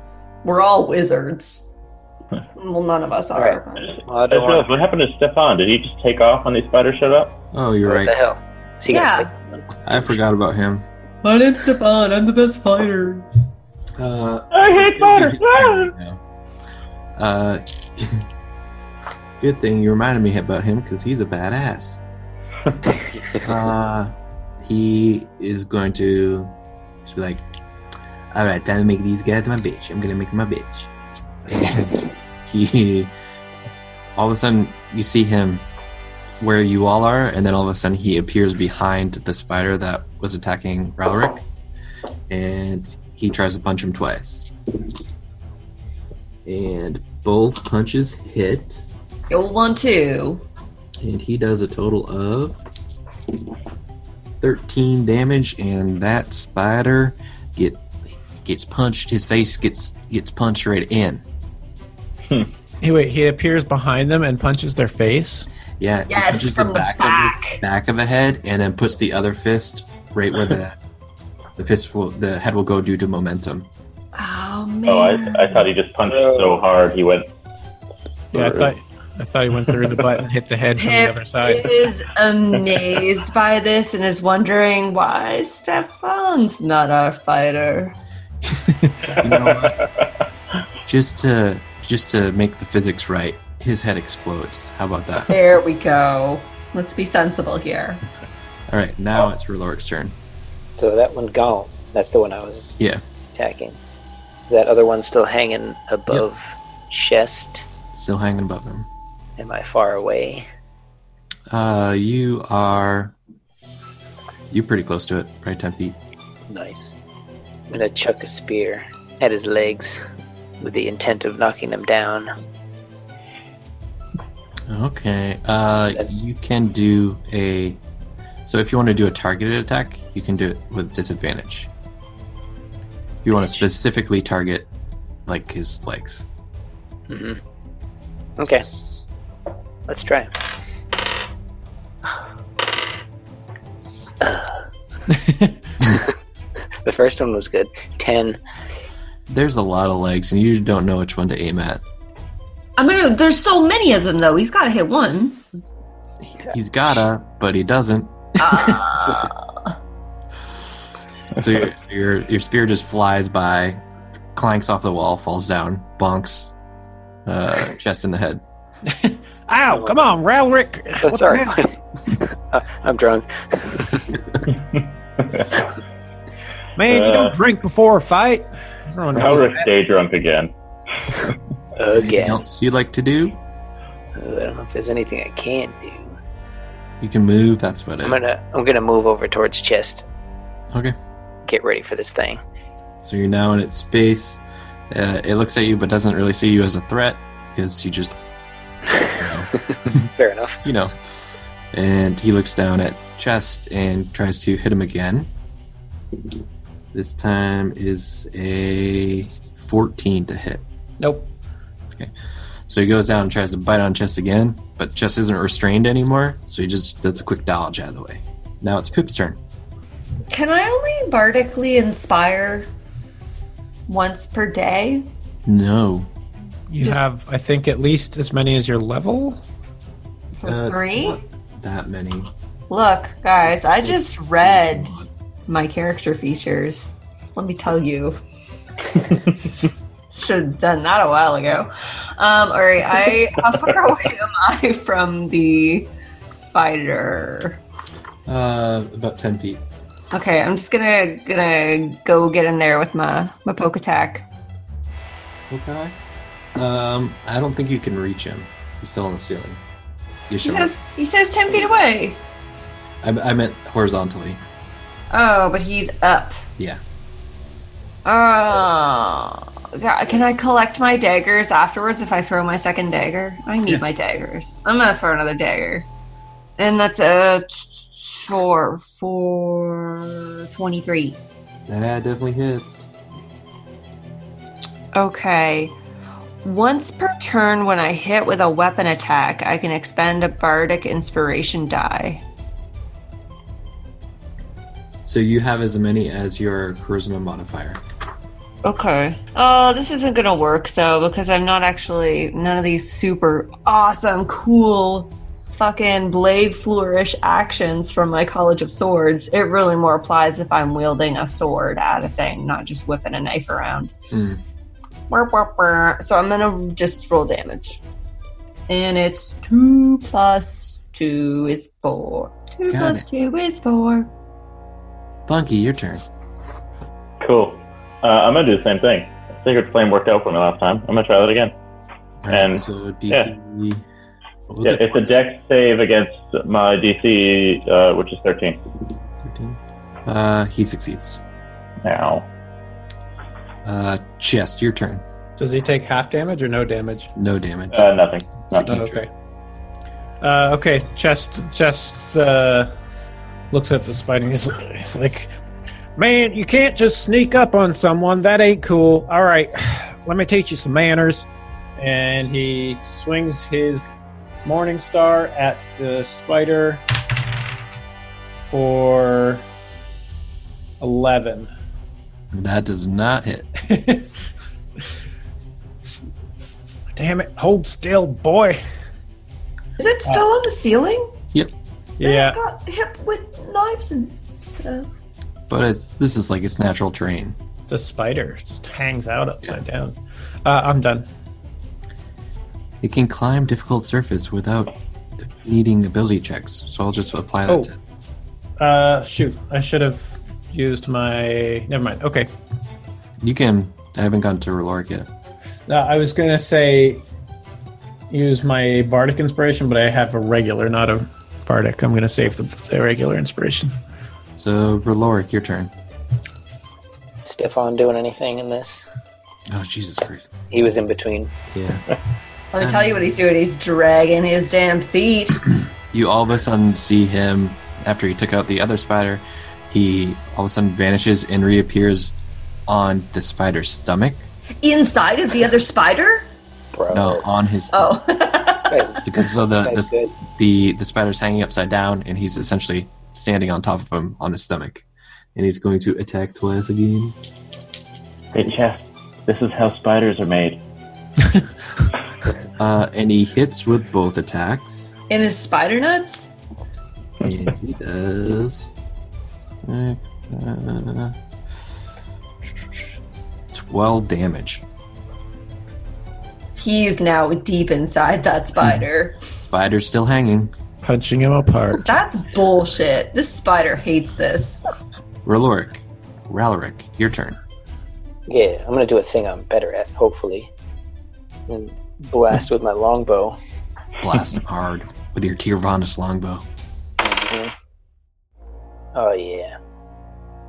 We're all wizards. well, none of us are. Well, I Hey, don't Phil, want what happened to Stefan? Did he just take off when these spiders showed up? Oh, you're What the right. hell? Is he gonna Yeah. fight someone? I forgot about him. My name's Stefan. I'm the best fighter. Uh, I hate spiders! Uh, good thing you reminded me about him because he's a badass. uh, he is going to just be like, "All right, time to make these guys my bitch. I'm gonna make my bitch." And he, all of a sudden, you see him where you all are, and then all of a sudden, he appears behind the spider that was attacking Ralric, and he tries to punch him twice and both punches hit, You'll want to. and he does a total of 13 damage, and that spider get gets punched. His face gets gets punched right in. Hey, wait, he appears behind them and punches their face. Yeah, he Yes, punches from the of his back. back of the head, and then puts the other fist right where the the fist will the head will go due to momentum. Oh man. Oh, I, I thought he just punched so hard he went. Yeah, I thought I thought he went through the butt and hit the head from the Pip other side. is amazed by this and is wondering why Stefan's not our fighter. You know what? just to just to make the physics right, his head explodes. How about that? There we go. Let's be sensible here. All right, now it's Ruloric's turn. So that one gone. That's the one I was Yeah. attacking. Is that other one still hanging above chest? Still hanging above him. Am I far away? Uh, you are. You're pretty close to it, probably 10 feet. Nice. I'm gonna chuck a spear at his legs with the intent of knocking him down. Okay. Uh, you can do a. So if you want to do a targeted attack, you can do it with disadvantage. If you want to specifically target, like, his legs. hmm Okay. Let's try. it. Ugh. the first one was good. Ten. There's a lot of legs, and you don't know which one to aim at. I mean, there's so many of them though. He's got to hit one. He's gotta, but he doesn't. Ah. so your, so your your spear just flies by, clanks off the wall, falls down, bonks, uh, chest in the head. Ow! Come on, Ralric. Oh, What the sorry. Uh, hell? I'm drunk. Man, you Uh, don't drink before a fight. Everyone knows Elric that. stay drunk again. Anything Again. else you'd like to do? I don't know if there's anything I can do. You can move. That's about I'm it. gonna I'm gonna move over towards chest. Okay. Get ready for this thing. So you're now in its space. Uh, it looks at you, but doesn't really see you as a threat because you just, Fair enough. you know. And he looks down at chest and tries to hit him again. This time is a 14 to hit. Nope. So he goes down and tries to bite on chest again, but chest isn't restrained anymore. So he just does a quick dodge out of the way. Now it's Pip's turn. Can I only bardically inspire once per day? No. You have, I think, at least as many as your level. For Uh, it's free? not That many. Look, guys, I just read my character features. Let me tell you. Should have done that a while ago. Um, all right, I how far away am I from the spider? Uh, about 10 feet. Okay, I'm just gonna gonna go get in there with my my poke attack. Okay. Um, I don't think you can reach him. He's still on the ceiling. You He should. says he says ten feet away. I, I meant horizontally. Oh, but he's up. Yeah. Oh, God, can I collect my daggers afterwards if I throw my second dagger? I need Yeah. my daggers. I'm gonna throw another dagger, and that's a four four twenty three. That definitely hits. Okay. Once per turn, when I hit with a weapon attack, I can expend a bardic inspiration die. So you have as many as your charisma modifier. Okay. Oh, this isn't gonna work though because I'm not actually none of these super awesome, cool, fucking blade flourish actions from my College of Swords. It really more applies if I'm wielding a sword at a thing, not just whipping a knife around. Mm. Wah, wah, wah. So I'm gonna just roll damage, and it's two plus two is four. Two Got plus it. two is four. Funky, your turn. Cool. Uh, I'm gonna do the same thing. Sacred Flame worked out for me last time. I'm gonna try that again. Alright, And- so DC. What was Yeah, it? it's a dex save against my DC, uh, which is 13. 13. Uh, he succeeds. Now, Uh, chest, your turn. Does he take half damage or no damage? No damage. uh, nothing. nothing. Oh, okay. Uh, okay. Chest. Chest. Uh, looks at the spider. and He's, he's like, "Man, you can't just sneak up on someone. That ain't cool. All right, let me teach you some manners." And he swings his morning star at the spider for eleven. That does not hit. Damn it! Hold still, boy. Is it still Uh, on the ceiling? Yeah. Got hit with knives and stuff. But it's this is like its natural terrain. The spider just hangs out upside down. Uh, I'm done. It can climb difficult surface without needing ability checks. So I'll just apply that Oh. to Uh, shoot, I should have used my. Never mind. Okay, You can. I haven't gone to Reloric yet. uh, I was gonna say use my bardic inspiration, but I have a regular, not a bardic. I'm gonna save the, the regular inspiration. So Reloric, your turn. Stefan doing anything in this? Oh Jesus Christ! He was in between. Yeah. Let me tell you what he's doing. He's dragging his damn feet. You all of a sudden see him after he took out the other spider. He all of a sudden vanishes and reappears on the spider's stomach. Inside of the other spider? Bro. No, on his Oh. Guys, because so the That's the, good. the the spider's hanging upside down and he's essentially standing on top of him on his stomach, and he's going to attack twice again. Hey, Chess, this is how spiders are made. Uh, and he hits with both attacks. In his spider nuts? And he does. uh, 12 damage. He is now deep inside that spider. Spider's still hanging. punching him apart. That's bullshit. This spider hates this. Raloric, Raloric, your turn. Yeah, I'm gonna do a thing I'm better at, hopefully. And blast with my longbow. Blast him hard with your Tirvanish longbow. Mhm. Oh yeah,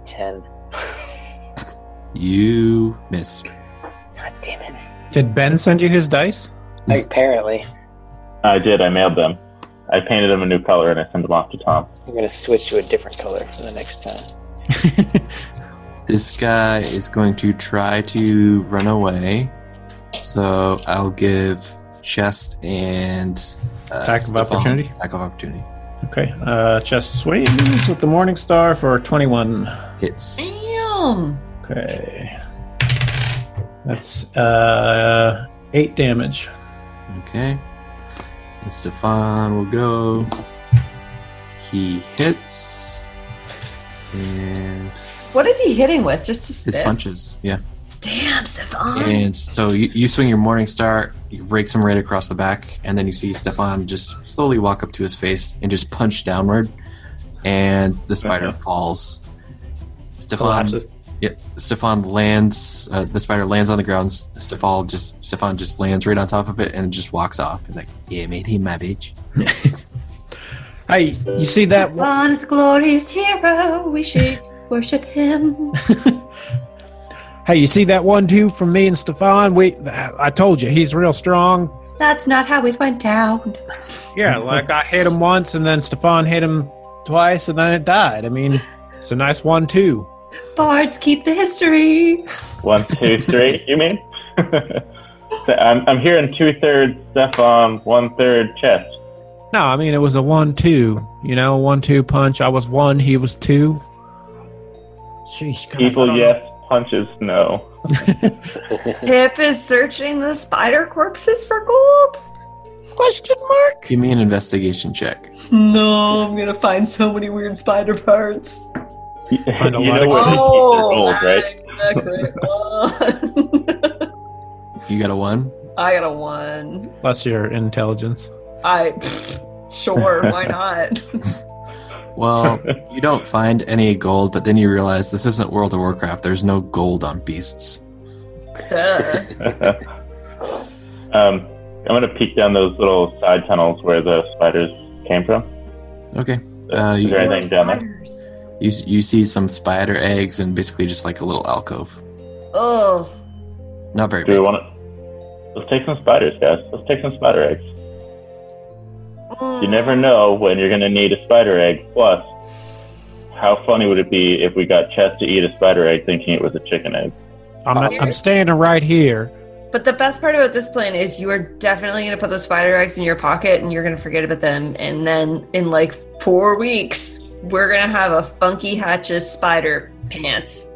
ten. You miss. God damn it! Did Ben send you his dice? Apparently, I did. I mailed them. I painted them a new color and I sent them off to Tom. I'm gonna switch to a different color for the next time. This guy is going to try to run away. So I'll give Chest and. Uh, Attack of Stefan opportunity? Attack of opportunity. Okay. Uh, chest swings with the Morning Star for 21. Hits. Damn. Okay. That's uh, eight damage. Okay. And Stefan will go. He hits. And What is he hitting with? Just his, his fist? punches. Yeah. Damn, Savon. And so you, you swing your Morning Star, you rakes him right across the back, and then you see Stefan just slowly walk up to his face and just punch downward, and the spider falls. Stefan, Collapses. yeah, Stefan lands. Uh, the spider lands on the ground. S- Stefan just Stefan just lands right on top of it and just walks off. He's like, "Yeah, mate, he my bitch." Hey, you see that? One is a glorious hero. We should worship him. Hey, you see that one two from me and Stefan? We, I told you, he's real strong. That's not how it went down. Yeah, like I hit him once, and then Stefan hit him twice, and then it died. I mean, it's a nice one too. Bards keep the history. One, two, three. you mean? So I'm, I'm hearing two thirds Stefan, one third chest. No, I mean it was a one two. You know, one two punch. I was one, he was two. Sheesh, God, I People, don't yes. Punches, no. Pip is searching the spider corpses for gold. Question mark? Give me an investigation check. No, I'm gonna find so many weird spider parts. you Find a know lot of where they keep their gold, Oh, right? The correct one. Oh, You got a one. I got a one. Plus your intelligence. I pfft, sure, why not? Well, you don't find any gold, but then you realize this isn't World of Warcraft. There's no gold on beasts. Duh. um, I'm gonna peek down those little side tunnels where the spiders came from. Okay. Uh, Is you, there anything down there? Spiders. you you see some spider eggs and basically just like a little alcove. Ugh. Not very Do we big. want to? Let's take some spiders, guys. Let's take some spider eggs. You never know when you're gonna need a spider egg. Plus, how funny would it be if we got Chess to eat a spider egg, thinking it was a chicken egg? I'm not, I'm standing right here. Mm. But the best part about this plan is you are definitely going to put the spider eggs in your pocket and you're going to forget about them. And then in like four weeks, we're going to have a funky hatches spider pants.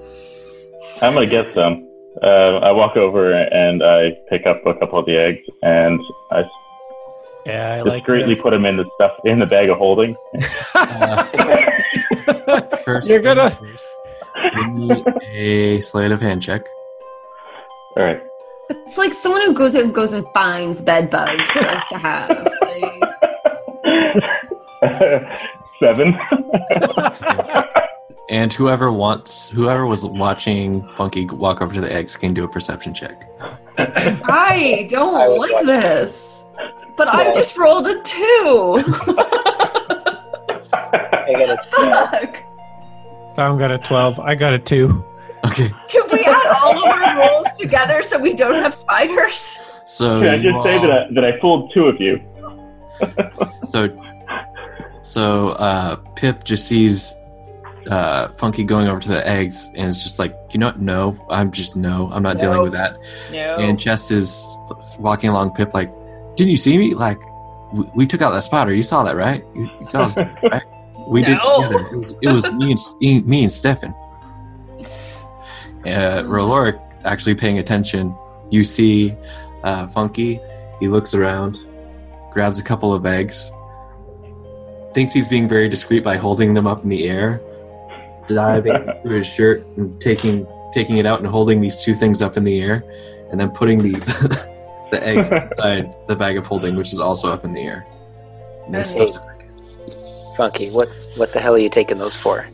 I'm gonna get some. Uh, I walk over and I pick up a couple of the eggs and I Yeah, I like discreetly this. put them in the stuff in the bag of holding. Uh, First, You're gonna give me a sleight of hand check. All right. It's like someone who goes out and goes and finds bed bugs for us to have. Like, Seven. And whoever wants, whoever was watching Funky walk over to the eggs can do a perception check. I don't I would like like- this. But I just rolled a two. I got a Fuck. Tom got a twelve. I got a two. Okay. Can we add all of our rolls together so we don't have spiders? So Can I you just say all- that I, that I fooled two of you? So, so uh, Pip just sees uh, Funky going over to the eggs, and it's just like, you know, what? no, I'm just no, I'm not dealing No. with that. No. And Chest is walking along Pip, like, didn't you see me? Like, we, we took out that spotter. You saw that, right? You, you saw us, right? We did No. together. It was, it was me and e- me and Stefan. Uh, Roloric actually paying attention. You see, uh, Funky. He looks around, grabs a couple of eggs, thinks he's being very discreet by holding them up in the air, diving through his shirt and taking taking it out and holding these two things up in the air, and then putting the the eggs inside the bag of holding, which is also up in the air. And then Okay. stuffs it back in. Funky, what what the hell are you taking those for?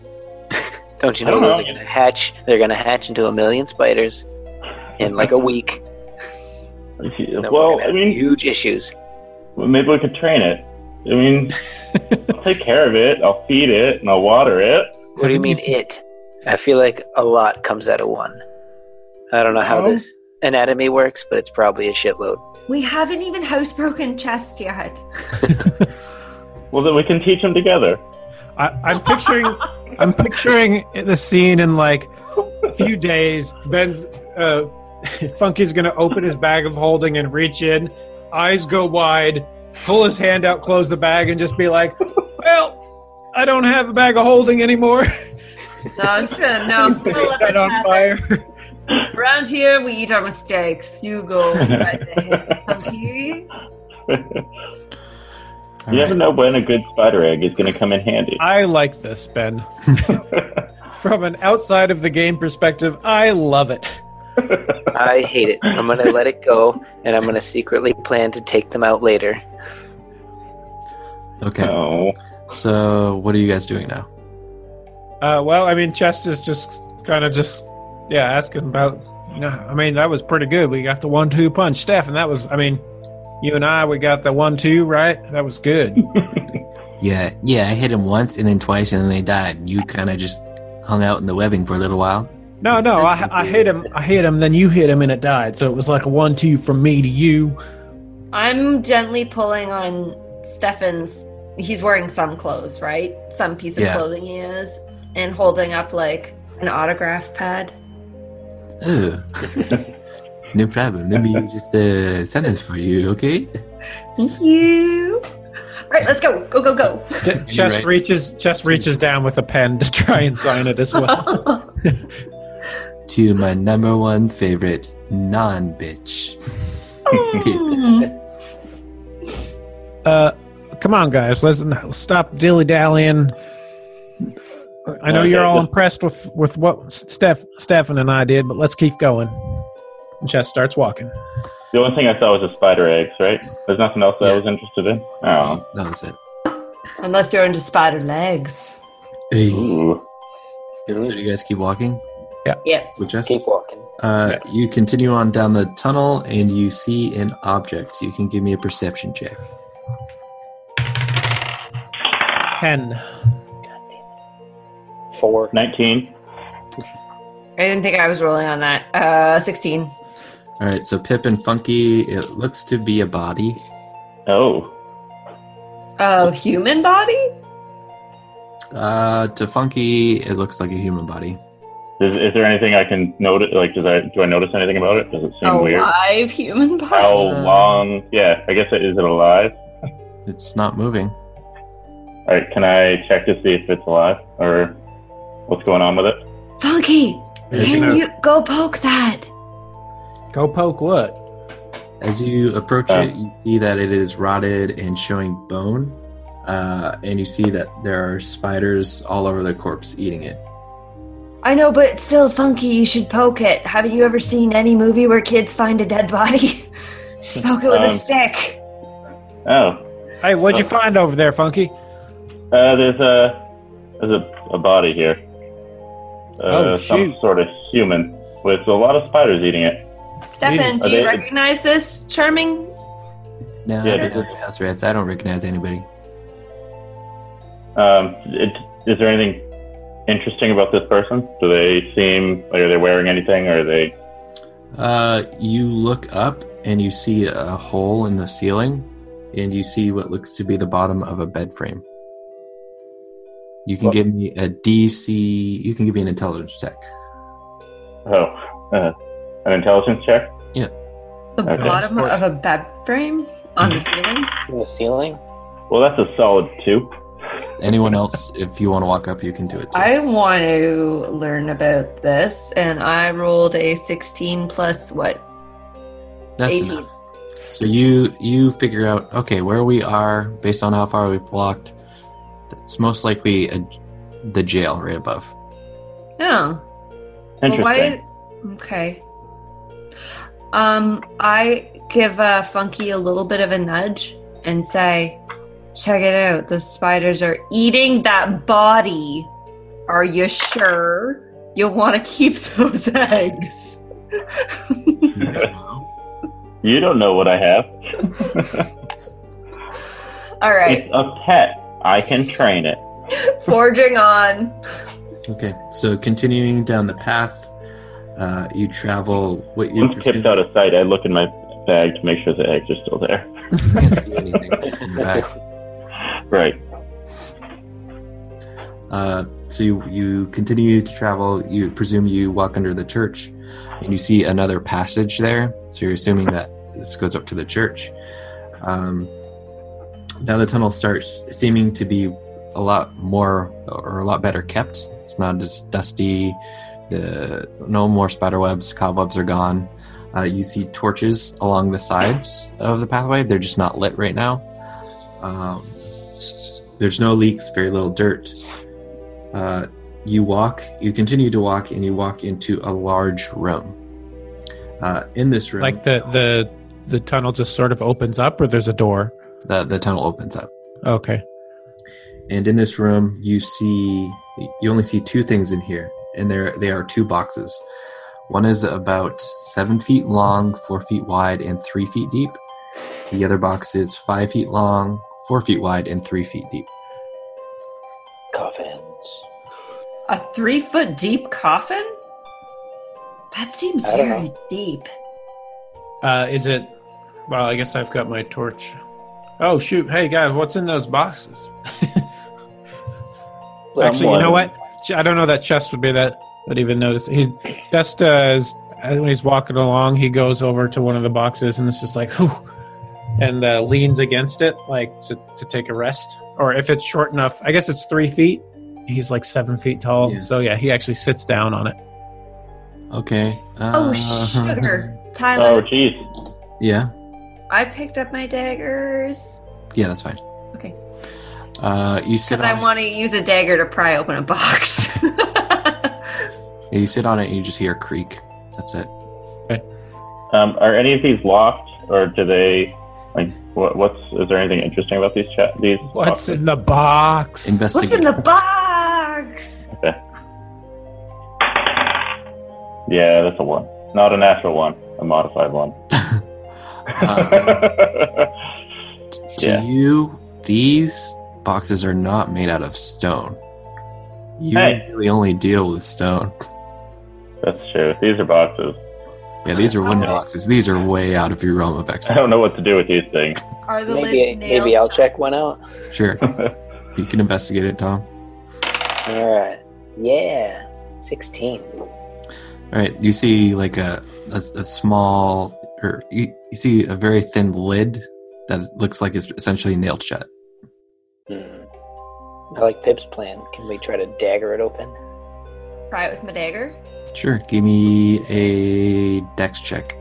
don't you I know don't those know. are going to hatch? They're going to hatch into a million spiders in like a week. well, I mean, huge issues. Well, maybe we could train it. I mean, I'll take care of it. I'll feed it and I'll water it. What do you mean it? I feel like a lot comes out of one. I don't know how Oh. this anatomy works, but it's probably a shitload. We haven't even housebroken chest yet. Well, then we can teach them together. I, I'm picturing, I'm picturing the scene in like a few days. Ben's uh, Funky's gonna open his bag of holding and reach in, eyes go wide, pull his hand out, close the bag, and just be like, "Well, I don't have a bag of holding anymore." No, I'm just gonna no. I'm gonna let Set this on happen. fire. Around here, we eat our mistakes. You go right ahead, Punky. You never know when a good spider egg is going to come in handy. I like this, Ben. From an outside of the game perspective, I love it. I hate it. I'm going to let it go, and I'm going to secretly plan to take them out later. Okay. uh, So, what are you guys doing now? Uh, well, I mean, Chest is just kind of just, yeah, asking about. No, I mean that was pretty good. We got the one-two punch, Steph, and that was. I mean, you and I, we got the one-two right. That was good. Yeah, yeah, I hit him once and then twice and then they died. And you kind of just hung out in the webbing for a little while. No, no, I, I hit him. I hit him. Then you hit him, and it died. So it was like a one-two from me to you. I'm gently pulling on Stefan's. He's wearing some clothes, right? Some piece of Yeah. clothing he is, and holding up like an autograph pad. Oh, no problem. Let me just uh, sentence for you, okay? Thank you. All right, let's go. Go, go, go. Chest right. reaches. Chest reaches down with a pen to try and sign it as well. To my number one favorite non bitch. uh, come on, guys. Let's no, stop dilly dallying. I know Okay, you're all just- impressed with with what Steph, Stefan, and I did, but let's keep going. And Chess starts walking. The only thing I saw was the spider eggs, right? There's nothing else that I was interested in. Oh, that was it. Unless you're into spider legs. Hey. Ooh. So, do you guys keep walking? Yeah. With Jess? Keep walking. Uh, You continue on down the tunnel and you see an object. You can give me a perception check. Ten. Four. 19. I didn't think I was rolling on that. Uh, 16. All right, so Pip and Funky, it looks to be a body. Oh. Oh, Uh, human body? Uh, to Funky, it looks like a human body. Is, is there anything I can notice? Like, does I do I notice anything about it? Does it seem Oh, A weird? uh, Oh, live human body? How long? Yeah, I guess it is it alive. It's not moving. All right, can I check to see if it's alive or what's going on with it? Funky, There's can no- you go poke that? Go poke what? As you approach Uh. it, you see that it is rotted and showing bone, uh, and you see that there are spiders all over the corpse eating it. I know, but it's still funky. You should poke it. Haven't you ever seen any movie where kids find a dead body? Just poke it with a Um, stick. Oh, Hey, what'd you find over there, Funky? uh, there's a there's a, a body here. Uh, Oh, some shoot. sort of human with a lot of spiders eating it. Stefan, are do you they- recognize this charming? No, Yeah, I don't because- know the house rats. I don't recognize anybody. Um, it, is there anything interesting about this person? Do they seem like are they wearing anything? Or are they? Uh, you look up and you see a hole in the ceiling, and you see what looks to be the bottom of a bed frame. You can give me a DC. You can give me an intelligence check. Oh, uh, an intelligence check. The Okay. bottom of a bed frame on the ceiling? In the ceiling? Well, that's a solid two. Anyone else, if you want to walk up, you can do it. Too. I want to learn about this, and I rolled a 16 plus what? That's 18. enough. So you you figure out okay where we are based on how far we've walked. It's most likely a, the jail right above. Oh. Well, Interesting. why? Okay. Um, I give uh, Funky a little bit of a nudge and say, Check it out. The spiders are eating that body. Are you sure you want to keep those eggs? You don't know what I have. All right, It's a pet. I can train it. forging on. Okay, so continuing down the path, uh, you travel what you Once tipped out of sight, I look in my bag to make sure the eggs are still there. can't see anything from the back. Right. Uh, so you, you continue to travel. You presume you walk under the church, and you see another passage there. So you're assuming that this goes up to the church. Um, now the tunnel starts seeming to be a lot more or a lot better kept. It's not as dusty. The no more spider webs, cobwebs are gone. Uh, you see torches along the sides of the pathway. They're just not lit right now. Um, there's no leaks, very little dirt. Uh, you walk, you continue to walk, and you walk into a large room. Uh, in this room, Like the the the tunnel just sort of opens up, or there's a door. the, the tunnel opens up. Okay. and in this room you see you only see two things in here and there they are two boxes one is about seven feet long four feet wide and three feet deep the other box is five feet long four feet wide and three feet deep Coffins. A three foot deep coffin? That seems I don't very deep. Uh, is it? Well, I guess I've got my torch. Oh shoot! Hey guys, what's in those boxes? Actually, you know what? Ch- I don't know that Chest would be that would even notice. He just uh, is, uh, when he's walking along, he goes over to one of the boxes and it's just like, whew, and uh, leans against it like to, to take a rest. Or if it's short enough, I guess it's three feet. He's like seven feet tall, Yeah. so yeah, he actually sits down on it. okay Oh, uh, sugar. Oh, Tyler, jeez. yeah I picked up my daggers yeah that's fine Okay. uh, you sit because I on want to use a dagger to pry open a box. it, you sit on it and you just hear a creak that's it Um, are any of these locked, or do they? Like, what, what's? Is there anything interesting about these? Cha- these? What's in the box? What's investigate in the box? Yeah, that's a one. Not a natural one. A modified one. Um, To Yeah. you, these boxes are not made out of stone. You Hey. really only deal with stone. that's true. These are boxes. Yeah, these are wooden Okay. boxes. These are way out of your realm of I expertise. don't know what to do with these things. Are the Maybe lids nailed? maybe I'll shut? check one out. Sure, you can investigate it, Tom. All right. Yeah. Sixteen. All right, you see like a a, a small, or you, you see a very thin lid that looks like it's essentially nailed shut. Hmm. I like Pip's plan. Can we try to dagger it open? Pry it with my dagger. Sure, give me a dex check.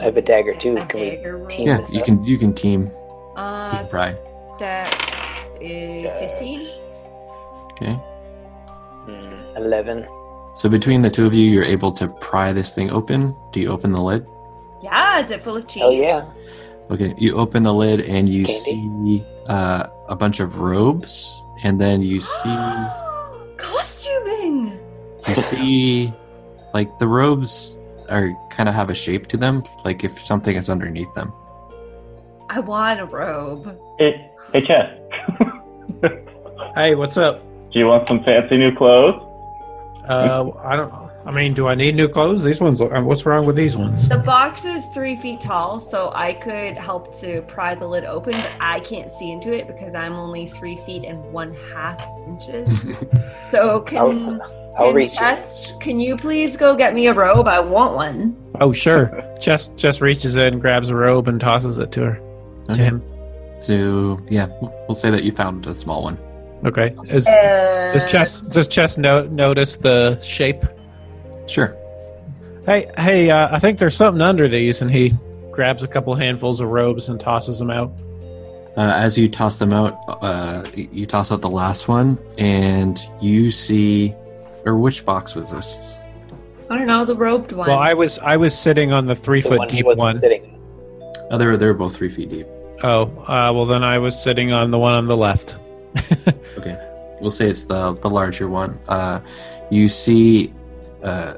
I have a dagger too. A Can we dagger roll. team Yeah, this you up? can you can team. You Uh, can pry. dex is fifteen. Okay. Hmm, Eleven. So between the two of you, you're able to pry this thing open. Do you open the lid? Yeah, is it full of cheese? Oh yeah. Okay, you open the lid and you Candy? see uh, a bunch of robes, and then you see Costuming. you see like the robes are kind of have a shape to them, like if something is underneath them. I want a robe. Hey, hey, Chess. Hey, what's up? Do you want some fancy new clothes? Uh, I don't. I mean, do I need new clothes? These ones. look- What's wrong with these ones? The box is three feet tall, so I could help to pry the lid open, but I can't see into it because I'm only three feet and one half inches. so can I'll, I'll can reach it. Chest, can you please go get me a robe? I want one. Oh, sure. Jess just reaches in, grabs a robe, and tosses it to her. To Okay. him. So yeah, we'll say that you found a small one. Okay. Is, does Chess does Chess no, notice the shape? Sure. Hey, hey, uh, I think there's something under these, and he grabs a couple handfuls of robes and tosses them out. Uh, as you toss them out, uh, you toss out the last one, and you see, or which box was this? I don't know the robed one. Well, I was I was sitting on the three The foot one he deep wasn't one. sitting. Oh, they're they're both three feet deep. Oh, uh, well then I was sitting on the one on the left. we'll say it's the the larger one. Uh, you see uh,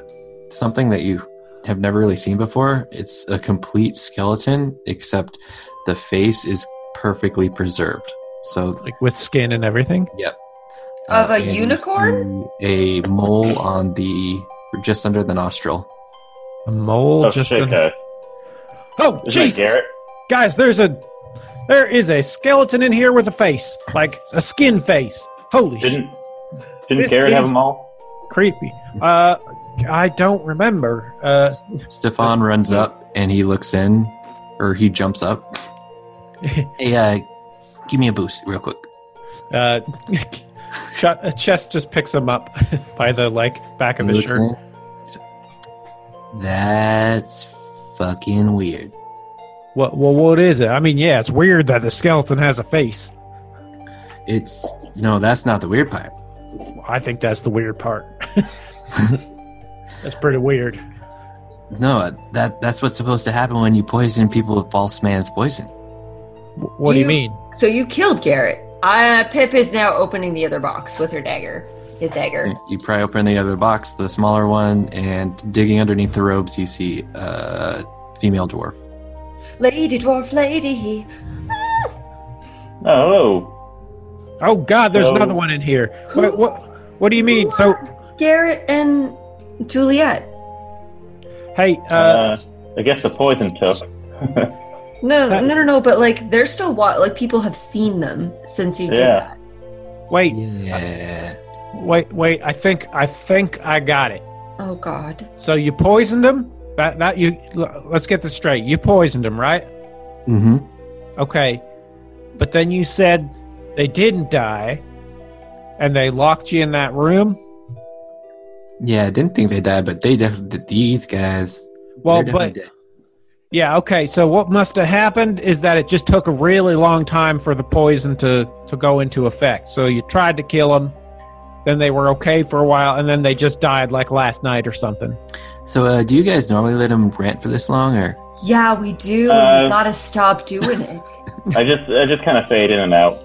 something that you have never really seen before. It's a complete skeleton, except the face is perfectly preserved. So, like with skin and everything. Yep. Of a and you unicorn? see A mole on the just under the nostril. A mole Oh, just. shit, in- guys. Oh, Isn't that jeez, Garrett? guys, there's a there is a skeleton in here with a face, like a skin face. Holy Didn't shit! didn't Garrett have them all? Creepy. Uh, I don't remember. Uh, Stefan runs up and he looks in, or he jumps up. hey, uh, give me a boost real quick. uh, Ch- Chest just picks him up by the like back of He his looks shirt. in. That's fucking weird. What? Well, what is it? I mean, yeah, it's weird that the skeleton has a face. It's no, that's not the weird part. I think that's the weird part. that's pretty weird. No, that that's what's supposed to happen when you poison people with false man's poison. What do you mean? So you killed Garrett. Uh, Pip is now opening the other box with her dagger. His dagger. You pry open the other box, the smaller one, and digging underneath the robes, you see a female dwarf. Lady dwarf lady. Oh, Oh God, there's So- another one in here. What? What? What do you mean? So, Garrett and Juliet. hey, uh, I guess the poison took. No, no, no, no. But like, they're still wa- like people have seen them since you did Yeah. that. wait, Yeah. wait, wait. I think I think I got it. Oh God. So you poisoned him. That that you. l- Let's get this straight. You poisoned him, right? Mm-hmm. Okay. But then you said they didn't die, and they locked you in that room. Yeah, I didn't think they died, but they definitely these guys. Well, they're but definitely dead. yeah, okay. So what must have happened is that it just took a really long time for the poison to to go into effect. So you tried to kill them, then they were okay for a while, and then they just died like last night or something. so uh, do you guys normally let them rant for this long, or Yeah, we do. Uh, we gotta stop doing it. I just I just kind of fade in and out.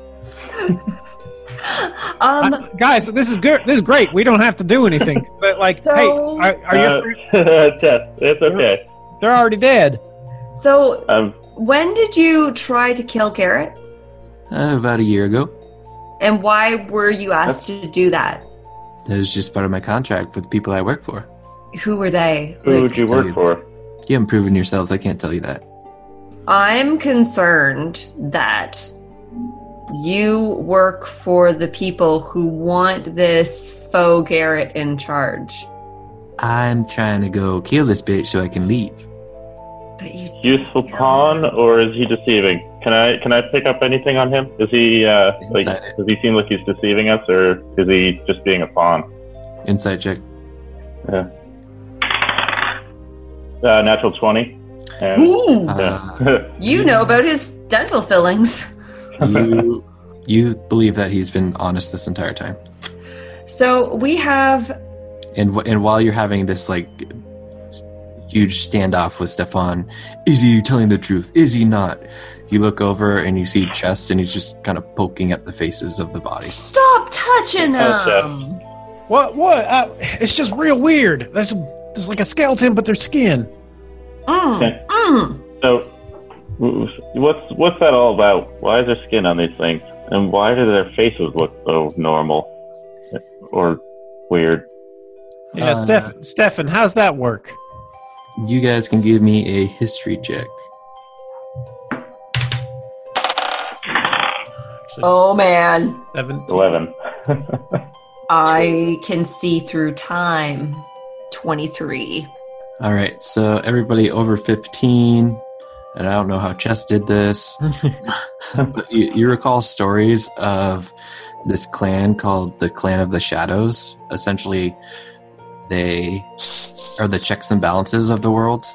Um, Uh, guys, this is good. This is great. We don't have to do anything. but like, hey, So- are, are you? Uh, Jess, it's okay. They're already dead. so Um, when did you try to kill Garrett? uh, about a year ago? And why were you asked to do that? That was just part of my contract with the people I work for. Who were they? who Like, would you tell work you. for? You haven't proven yourselves. I can't tell you that. I'm concerned that you work for the people who want this faux Garrett in charge. I'm trying to go kill this bitch so I can leave. But you Useful pawn, or is he deceiving? Can I can I pick up anything on him? Is he uh, like Inside it. does he seem like he's deceiving us, or is he just being a pawn? Insight check. Uh, natural twenty. And, Ooh. yeah. You know about his dental fillings. Uh, you you believe that he's been honest this entire time So we have and wh- and while you're having this like huge standoff with stefan is he telling the truth is he not you look over and you see chest and he's just kind of poking at the faces of the bodies stop touching him. What? What? Uh, it's just real weird. That's there's like a skeleton, but their skin. Mm, Okay. mm. so, w- what's what's that all about? Why is there skin on these things, and why do their faces look so normal or weird? Yeah, Uh, Steph, Stefan, how's that work? you guys can give me a history check Oh man, Seven. Eleven. I can see through time. 23. all right so everybody over 15 and i don't know how chess did this but you, you recall stories of this clan called the Clan of the Shadows. Essentially, they are the checks and balances of the world,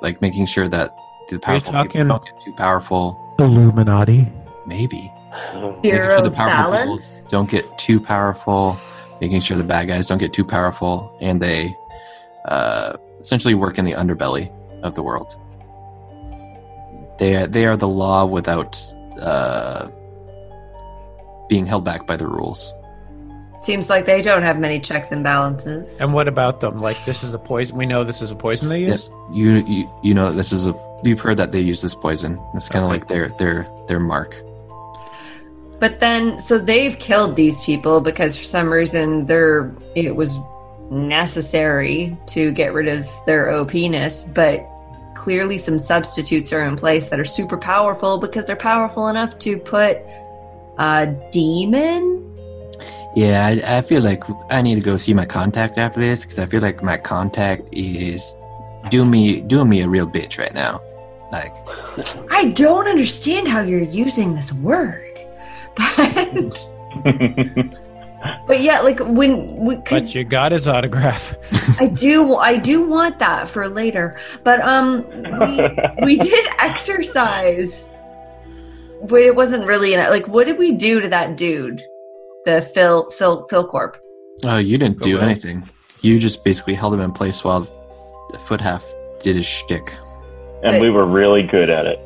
like making sure that the powerful people talking- don't get too powerful. Illuminati. Maybe making Fear sure the of powerful balance. people don't get too powerful, making sure the bad guys don't get too powerful, and they uh, essentially work in the underbelly of the world. They are, they are the law without uh, being held back by the rules. Seems like they don't have many checks and balances. And what about them? Like this is a poison. We know this is a poison they use. You you, you know this is a you've heard that they use this poison. It's kind of like their their their mark. But then, so they've killed these people because for some reason they're it was necessary to get rid of their OPness, but clearly some substitutes are in place that are super powerful because they're powerful enough to put a demon. Yeah, I, I feel like I need to go see my contact after this because I feel like my contact is doing me doing me a real bitch right now. Like I don't understand how you're using this word, but but yeah, like when we, But you got his autograph. I do I do want that for later. But um we, we did exercise. But it wasn't really an like what did we do to that dude? The Phil Phil Phil Corp. oh, you didn't do anything. You just basically held him in place while the foot half did his shtick. And we were really good at it.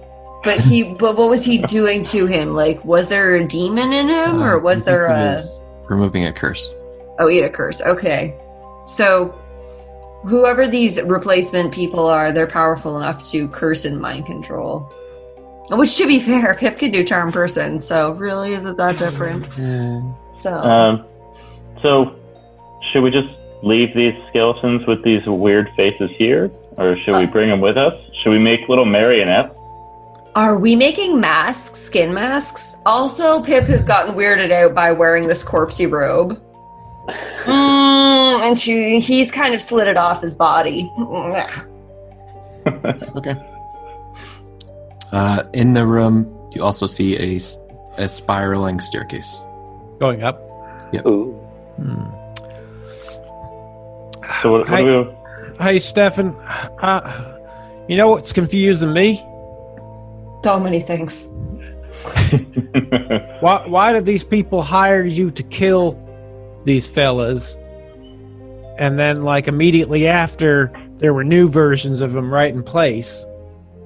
But he but what was he doing to him? Like was there a demon in him Uh, or was there uh, a removing a curse. Oh, eat a curse. Okay. So, whoever these replacement people are, they're powerful enough to curse and mind control. Which, to be fair, Pip can do charm person, so really isn't that different. Hmm. So, Uh, Um, so, should we just leave these skeletons with these weird faces here, or should we bring them with us? Should we make little marionettes? are we making masks, skin masks? Also, Pip has gotten weirded out by wearing this corpsey robe. Mm, and she, he's kind of slid it off his body. okay. Uh, in the room, you also see a, s- a spiraling staircase. Going up. Yep. Hmm. So what, what Hi. do we? Hey, Stefan. Uh, you know what's confusing me? so many things. Why, why did these people hire you to kill these fellas? And then, like, immediately after, there were new versions of them right in place.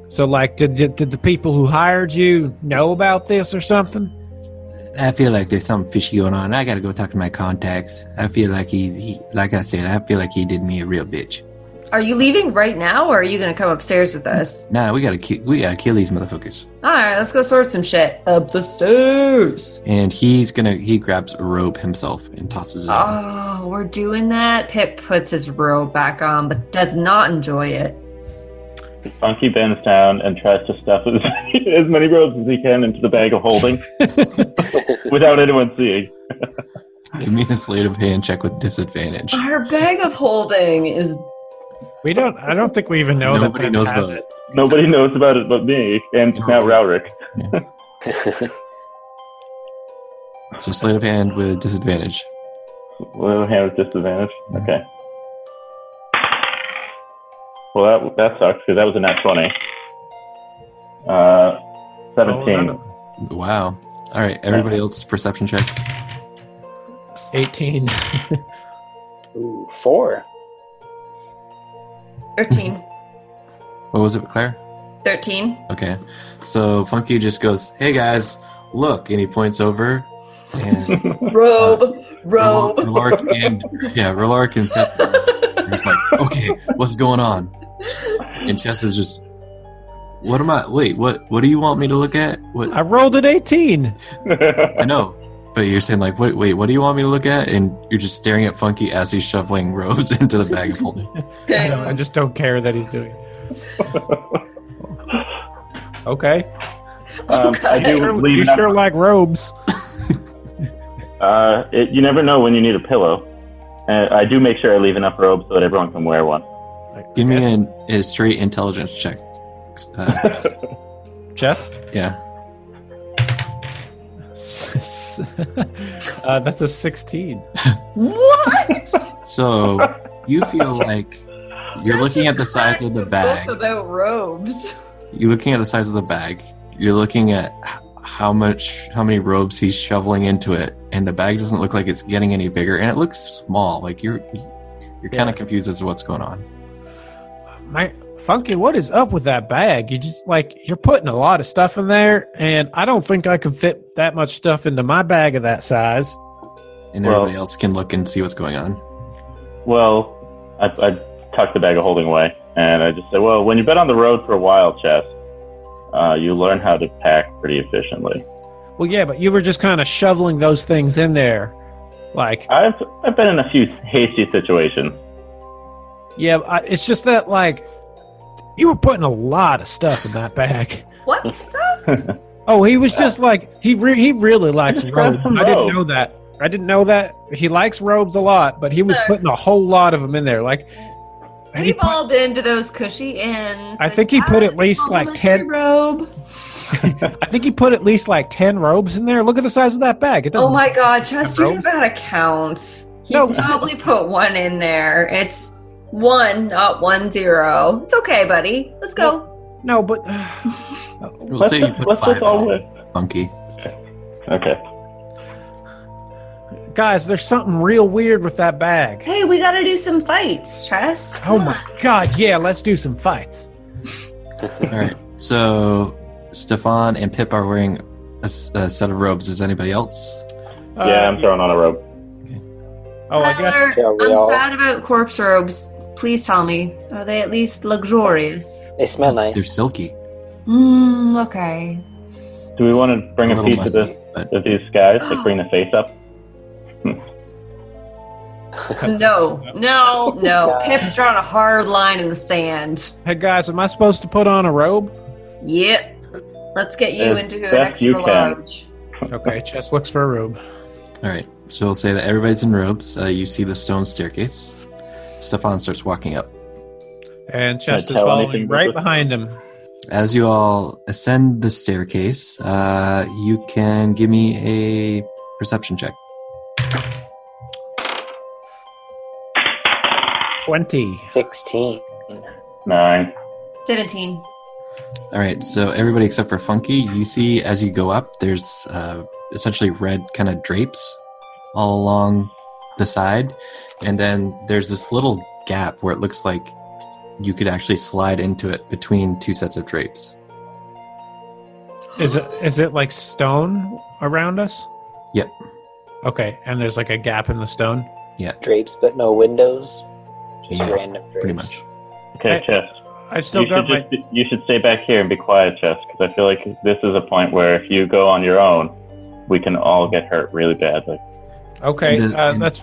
So, like, did, did, did the people who hired you know about this or something? I feel like there's something fishy going on. I gotta go talk to my contacts. I feel like he's, he, like I said, I feel like he did me a real bitch. Are you leaving right now, or are you going to come upstairs with us? Nah, we gotta kill, we gotta kill these motherfuckers. All right, let's go sort some shit up the stairs. And he's gonna, he grabs a rope himself and tosses it. out. Oh, we're doing that. Pip puts his robe back on, but does not enjoy it. Funky bends down and tries to stuff as, as many robes as he can into the bag of holding without anyone seeing. Give me a sleight of hand check with disadvantage. Our bag of holding is. We don't. I don't think we even know Nobody that. knows about it. Nobody knows about it but me and now Rowrick. So sleight of hand with disadvantage. Little hand with disadvantage. Okay. Well, that that sucks because that was a nat twenty. Uh, seventeen. Oh, Wow. All right, everybody else perception check. 18. Ooh, four. 13. What was it, Claire? 13. Okay. So Funky just goes, "Hey guys, look," and he points over. And Robe. Robe. Rolark and yeah, Rolark and Pep. are just like, okay, what's going on? And Chess is just, what am I? Wait, what? What do you want me to look at? What? I rolled an 18. I know, but you're saying like, wait, wait, what do you want me to look at? And you're just staring at Funky as he's shoveling robes into the bag of holding. I, know, I just don't care that he's doing it. okay. Um, I do Sure- leave you an sure like robes. Uh, it, you never know when you need a pillow. Uh, I do make sure I leave enough robes so that everyone can wear one. Give me an, a straight intelligence check. Uh, Chess. Chest? yeah. uh, that's a 16. What? So you feel like you're looking at the size of the bag. Both about robes. You're looking at the size of the bag. You're looking at h- how much, how many robes he's shoveling into it, and the bag doesn't look like it's getting any bigger, and it looks small. Like you're, you're kind of confused as to what's going on. My Funky, what is up with that bag? You just like you're putting a lot of stuff in there, and I don't think I can fit that much stuff into my bag of that size. and everybody else can look and see what's going on. Well, I, I tucked the bag of holding away, and I just said, "Well, when you've been on the road for a while, Chess, uh, you learn how to pack pretty efficiently." Well, yeah, but you were just kind of shoveling those things in there, like I've I've been in a few hasty situations. yeah. I, it's just that like you were putting a lot of stuff in that bag. What stuff? Oh, he was just like he re- he really likes just grabbed robes. some I didn't robes. know that. I didn't know that he likes robes a lot, but he was Sir. putting a whole lot of them in there. Like he We've all been to those cushy inns. I think he put at least like ten robe. I think he put at least like ten robes in there. Look at the size of that bag. It doesn't. Oh my god, Chess, you robes? got to count. He No. probably put one in there. It's one, not one zero. It's okay, buddy. Let's go. No, but We'll Let's say you just- put let's just five all on win. Funky. Okay. guys, there's something real weird with that bag. Hey, we got to do some fights, Chess. Oh my god, yeah, let's do some fights. All right. So Stefan and Pip are wearing a, s- a set of robes. Is anybody else? yeah, I'm throwing on a robe. Um, Oh, I guess Tyler, Shall we I'm all- sad about corpse robes. Please tell me, are they at least luxurious? They smell nice. They're silky. Mm, okay. Do we want to bring It's a, a piece little of musty, this but of these guys? Like bring the face up. No, no, no. Pip's drawn a hard line in the sand. Hey guys, am I supposed to put on a robe? Yep. Let's get you As into an best extra you can. large. Okay, Chess looks for a robe. all right. So we'll say that everybody's in robes. Uh, you see the stone staircase. Stefan starts walking up. And Chess is tell anything following about right this? behind him. As you all ascend the staircase, uh, you can give me a perception check. Twenty. 16. Nine. 17. All right, so everybody except for Funky, you see as you go up, there's uh, essentially red kind of drapes all along the side, and then there's this little gap where it looks like you could actually slide into it between two sets of drapes. Is it is it like stone around us? Yep. Okay, and there's like a gap in the stone. Drapes, but no windows. Just Yeah, random drapes. Pretty much. Okay, Hey, Chess. I've still you should got my just you should stay back here and be quiet, Chess, because I feel like this is a point where if you go on your own, we can all get hurt really badly. okay. And the- Uh, and- that's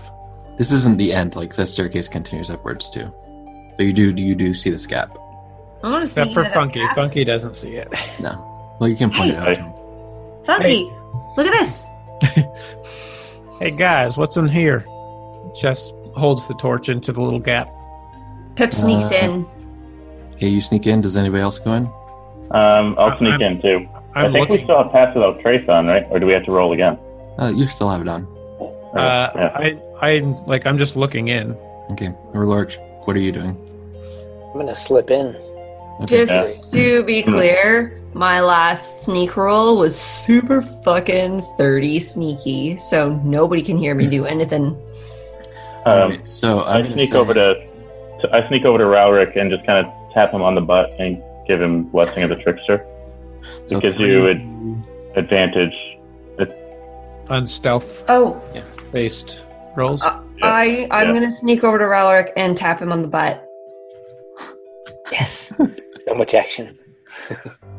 This isn't the end; like the staircase continues upwards too. So you do you do see this gap? I'm gonna except sneak for into that Funky. gap. Funky doesn't see it. No. Well, you can point it out to him. Funky, look at this. Hey guys, what's in here? Chess holds the torch into the little gap. Pip sneaks Uh, in. Okay, you sneak in. Does anybody else go in? Um, I'll I- sneak I'm- in too. i I'm think we looking. still have pass without trace on, right? Or do we have to roll again? Uh, you still have it on. Or- Uh, yeah. I I'm like I'm just looking in. Okay, Relorch, what are you doing? I'm going to slip in. Okay. Just to be Hmm. clear, my last sneak roll was super fucking 30 sneaky, so nobody can hear me Hmm. do anything. um, Alright, so I I'm gonna sneak say- over to, to I sneak over to Rowrick and just kind of tap him on the butt and give him blessing of the trickster. so it gives three- you an advantage. Unstealth Oh, based rolls. Uh, I, I'm yeah. gonna sneak over to Rowlerick and tap him on the butt. Yes. so much action.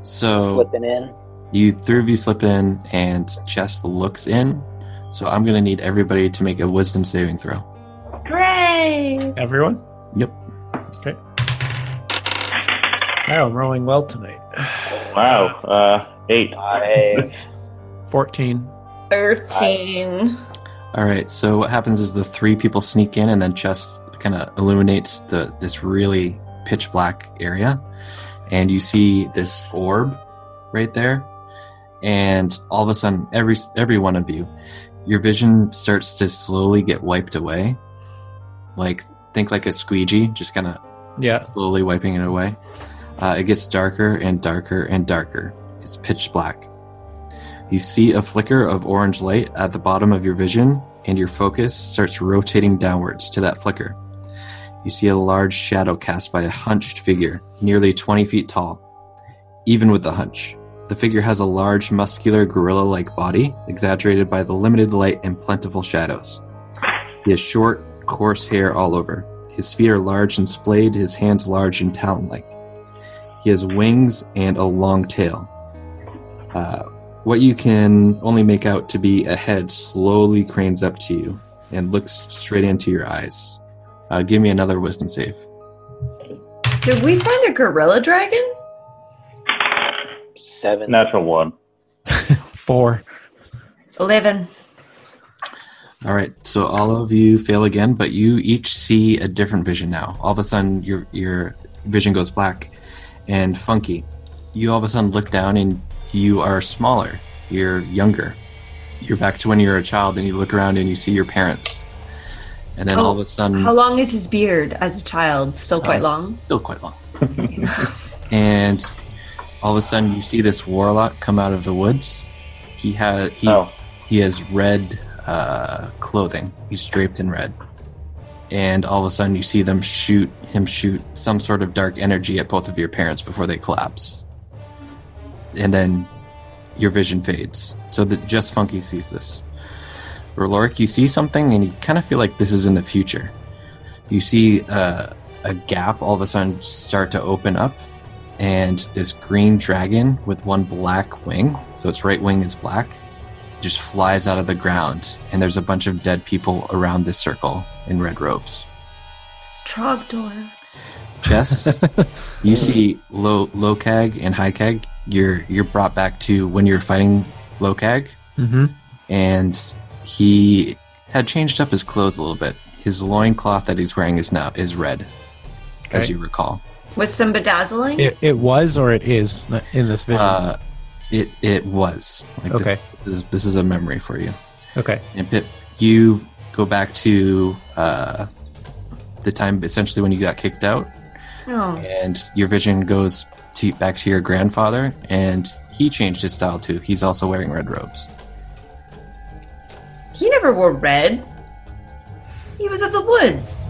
So Slipping in. you three of you slip in, and Chess looks in. So I'm gonna need everybody to make a Wisdom saving throw. Hooray! Everyone. Yep. Oh, I'm rolling well tonight. Wow, uh, eight. Five. Fourteen. 13. All right. So what happens is the three people sneak in, and then Chess kind of illuminates the this really pitch black area, and you see this orb right there, and all of a sudden, every every one of you, your vision starts to slowly get wiped away, like think like a squeegee, just kind of Yeah. slowly wiping it away. Uh, it gets darker and darker and darker. It's pitch black. You see a flicker of orange light at the bottom of your vision, and your focus starts rotating downwards to that flicker. you see a large shadow cast by a hunched figure, nearly 20 feet tall. Even with the hunch, the figure has a large, muscular, gorilla like body, exaggerated by the limited light and plentiful shadows. He has short, coarse hair all over. His feet are large and splayed, his hands large and talon like. He has wings and a long tail. Uh, what you can only make out to be a head slowly cranes up to you and looks straight into your eyes. Uh, give me another wisdom save. Did we find a gorilla dragon? Seven. Natural one. Four. Eleven. All right, so all of you fail again, but you each see a different vision now. All of a sudden, your your vision goes black and funky. You all of a sudden look down, and you are smaller. You're younger. You're back to when you were a child, and you look around and you see your parents. And then all of a sudden, Hmm. How long is his beard as a child? Still Uh, quite s- long. Still quite long. and all of a sudden, you see this warlock come out of the woods. He has he, he has red uh, clothing. He's draped in red. And all of a sudden, you see them shoot him shoot some sort of dark energy at both of your parents before they collapse. And then your vision fades. So that just Funky sees this. Roloric, you see something, and you kind of feel like this is in the future you see uh, a gap all of a sudden start to open up and this green dragon with one black wing so its right wing is black just flies out of the ground and there's a bunch of dead people around this circle in red robes Strogdor. Jess, you see low low cag and high cag you're you're brought back to when you're fighting low cag Mm-hmm. and he had changed up his clothes a little bit his loincloth that he's wearing is now is red as Okay. you recall With some bedazzling? It, it was or it is in this vision. Uh, it it was. Like this- Okay. This, is this is a memory for you. okay. And Pip, you go back to uh, the time essentially when you got kicked out, Oh. and your vision goes to, back to your grandfather, and he changed his style too. He's also wearing red robes. He never wore red. He was of the woods.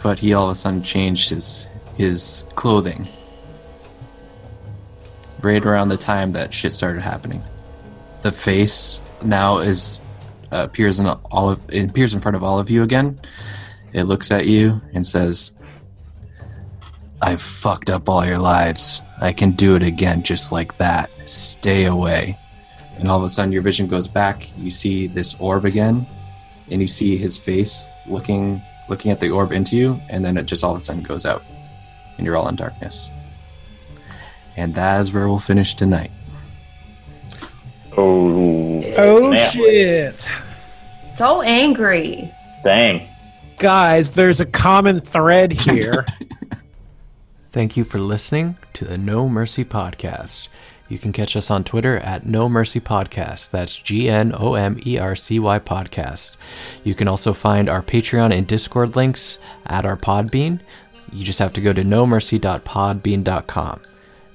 but he all of a sudden changed his his clothing right around the time that shit started happening the face now is uh, appears in all of it appears in front of all of you again it looks at you and says i've fucked up all your lives i can do it again just like that stay away and all of a sudden your vision goes back you see this orb again and you see his face looking looking at the orb into you and then it just all of a sudden goes out and you're all in darkness and that is where we'll finish tonight oh Oh snap. shit. So angry. Dang. Guys, there's a common thread here. Thank you for listening to the No Mercy Podcast. You can catch us on Twitter at No Mercy Podcast. That's G N O M E R C Y Podcast. You can also find our Patreon and Discord links at our Podbean. You just have to go to nomercy.podbean.com.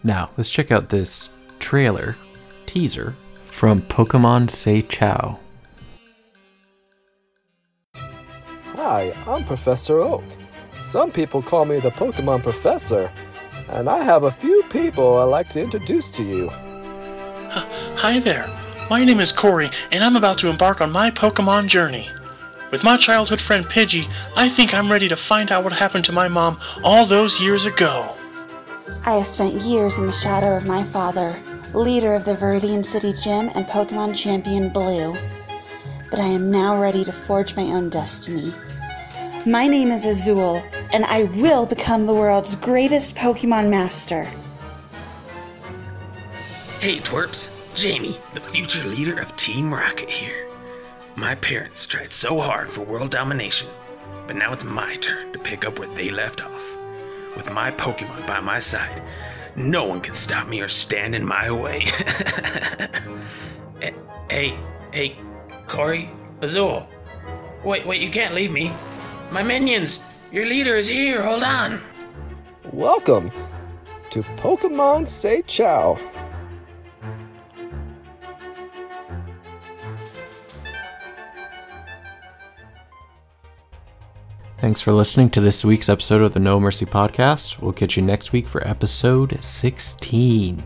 Now, let's check out this trailer teaser from Pokemon Say Chow. Hi, I'm Professor Oak. Some people call me the Pokemon Professor, and I have a few people I'd like to introduce to you. Hi there. My name is Corey, and I'm about to embark on my Pokemon journey. With my childhood friend Pidgey, I think I'm ready to find out what happened to my mom all those years ago. I have spent years in the shadow of my father, leader of the Viridian City Gym and Pokemon Champion Blue. But I am now ready to forge my own destiny. My name is Azul, and I will become the world's greatest Pokemon master. Hey, twerps. Jamie, the future leader of Team Rocket here. My parents tried so hard for world domination, but now it's my turn to pick up where they left off. With my Pokemon by my side, no one can stop me or stand in my way. Eh, hey, hey, Corey, Azul. Wait, wait, you can't leave me. My minions, your leader is here, hold on. Welcome to Pokemon Say Chow. Thanks for listening to this week's episode of the No Mercy Podcast. We'll catch you next week for episode 16.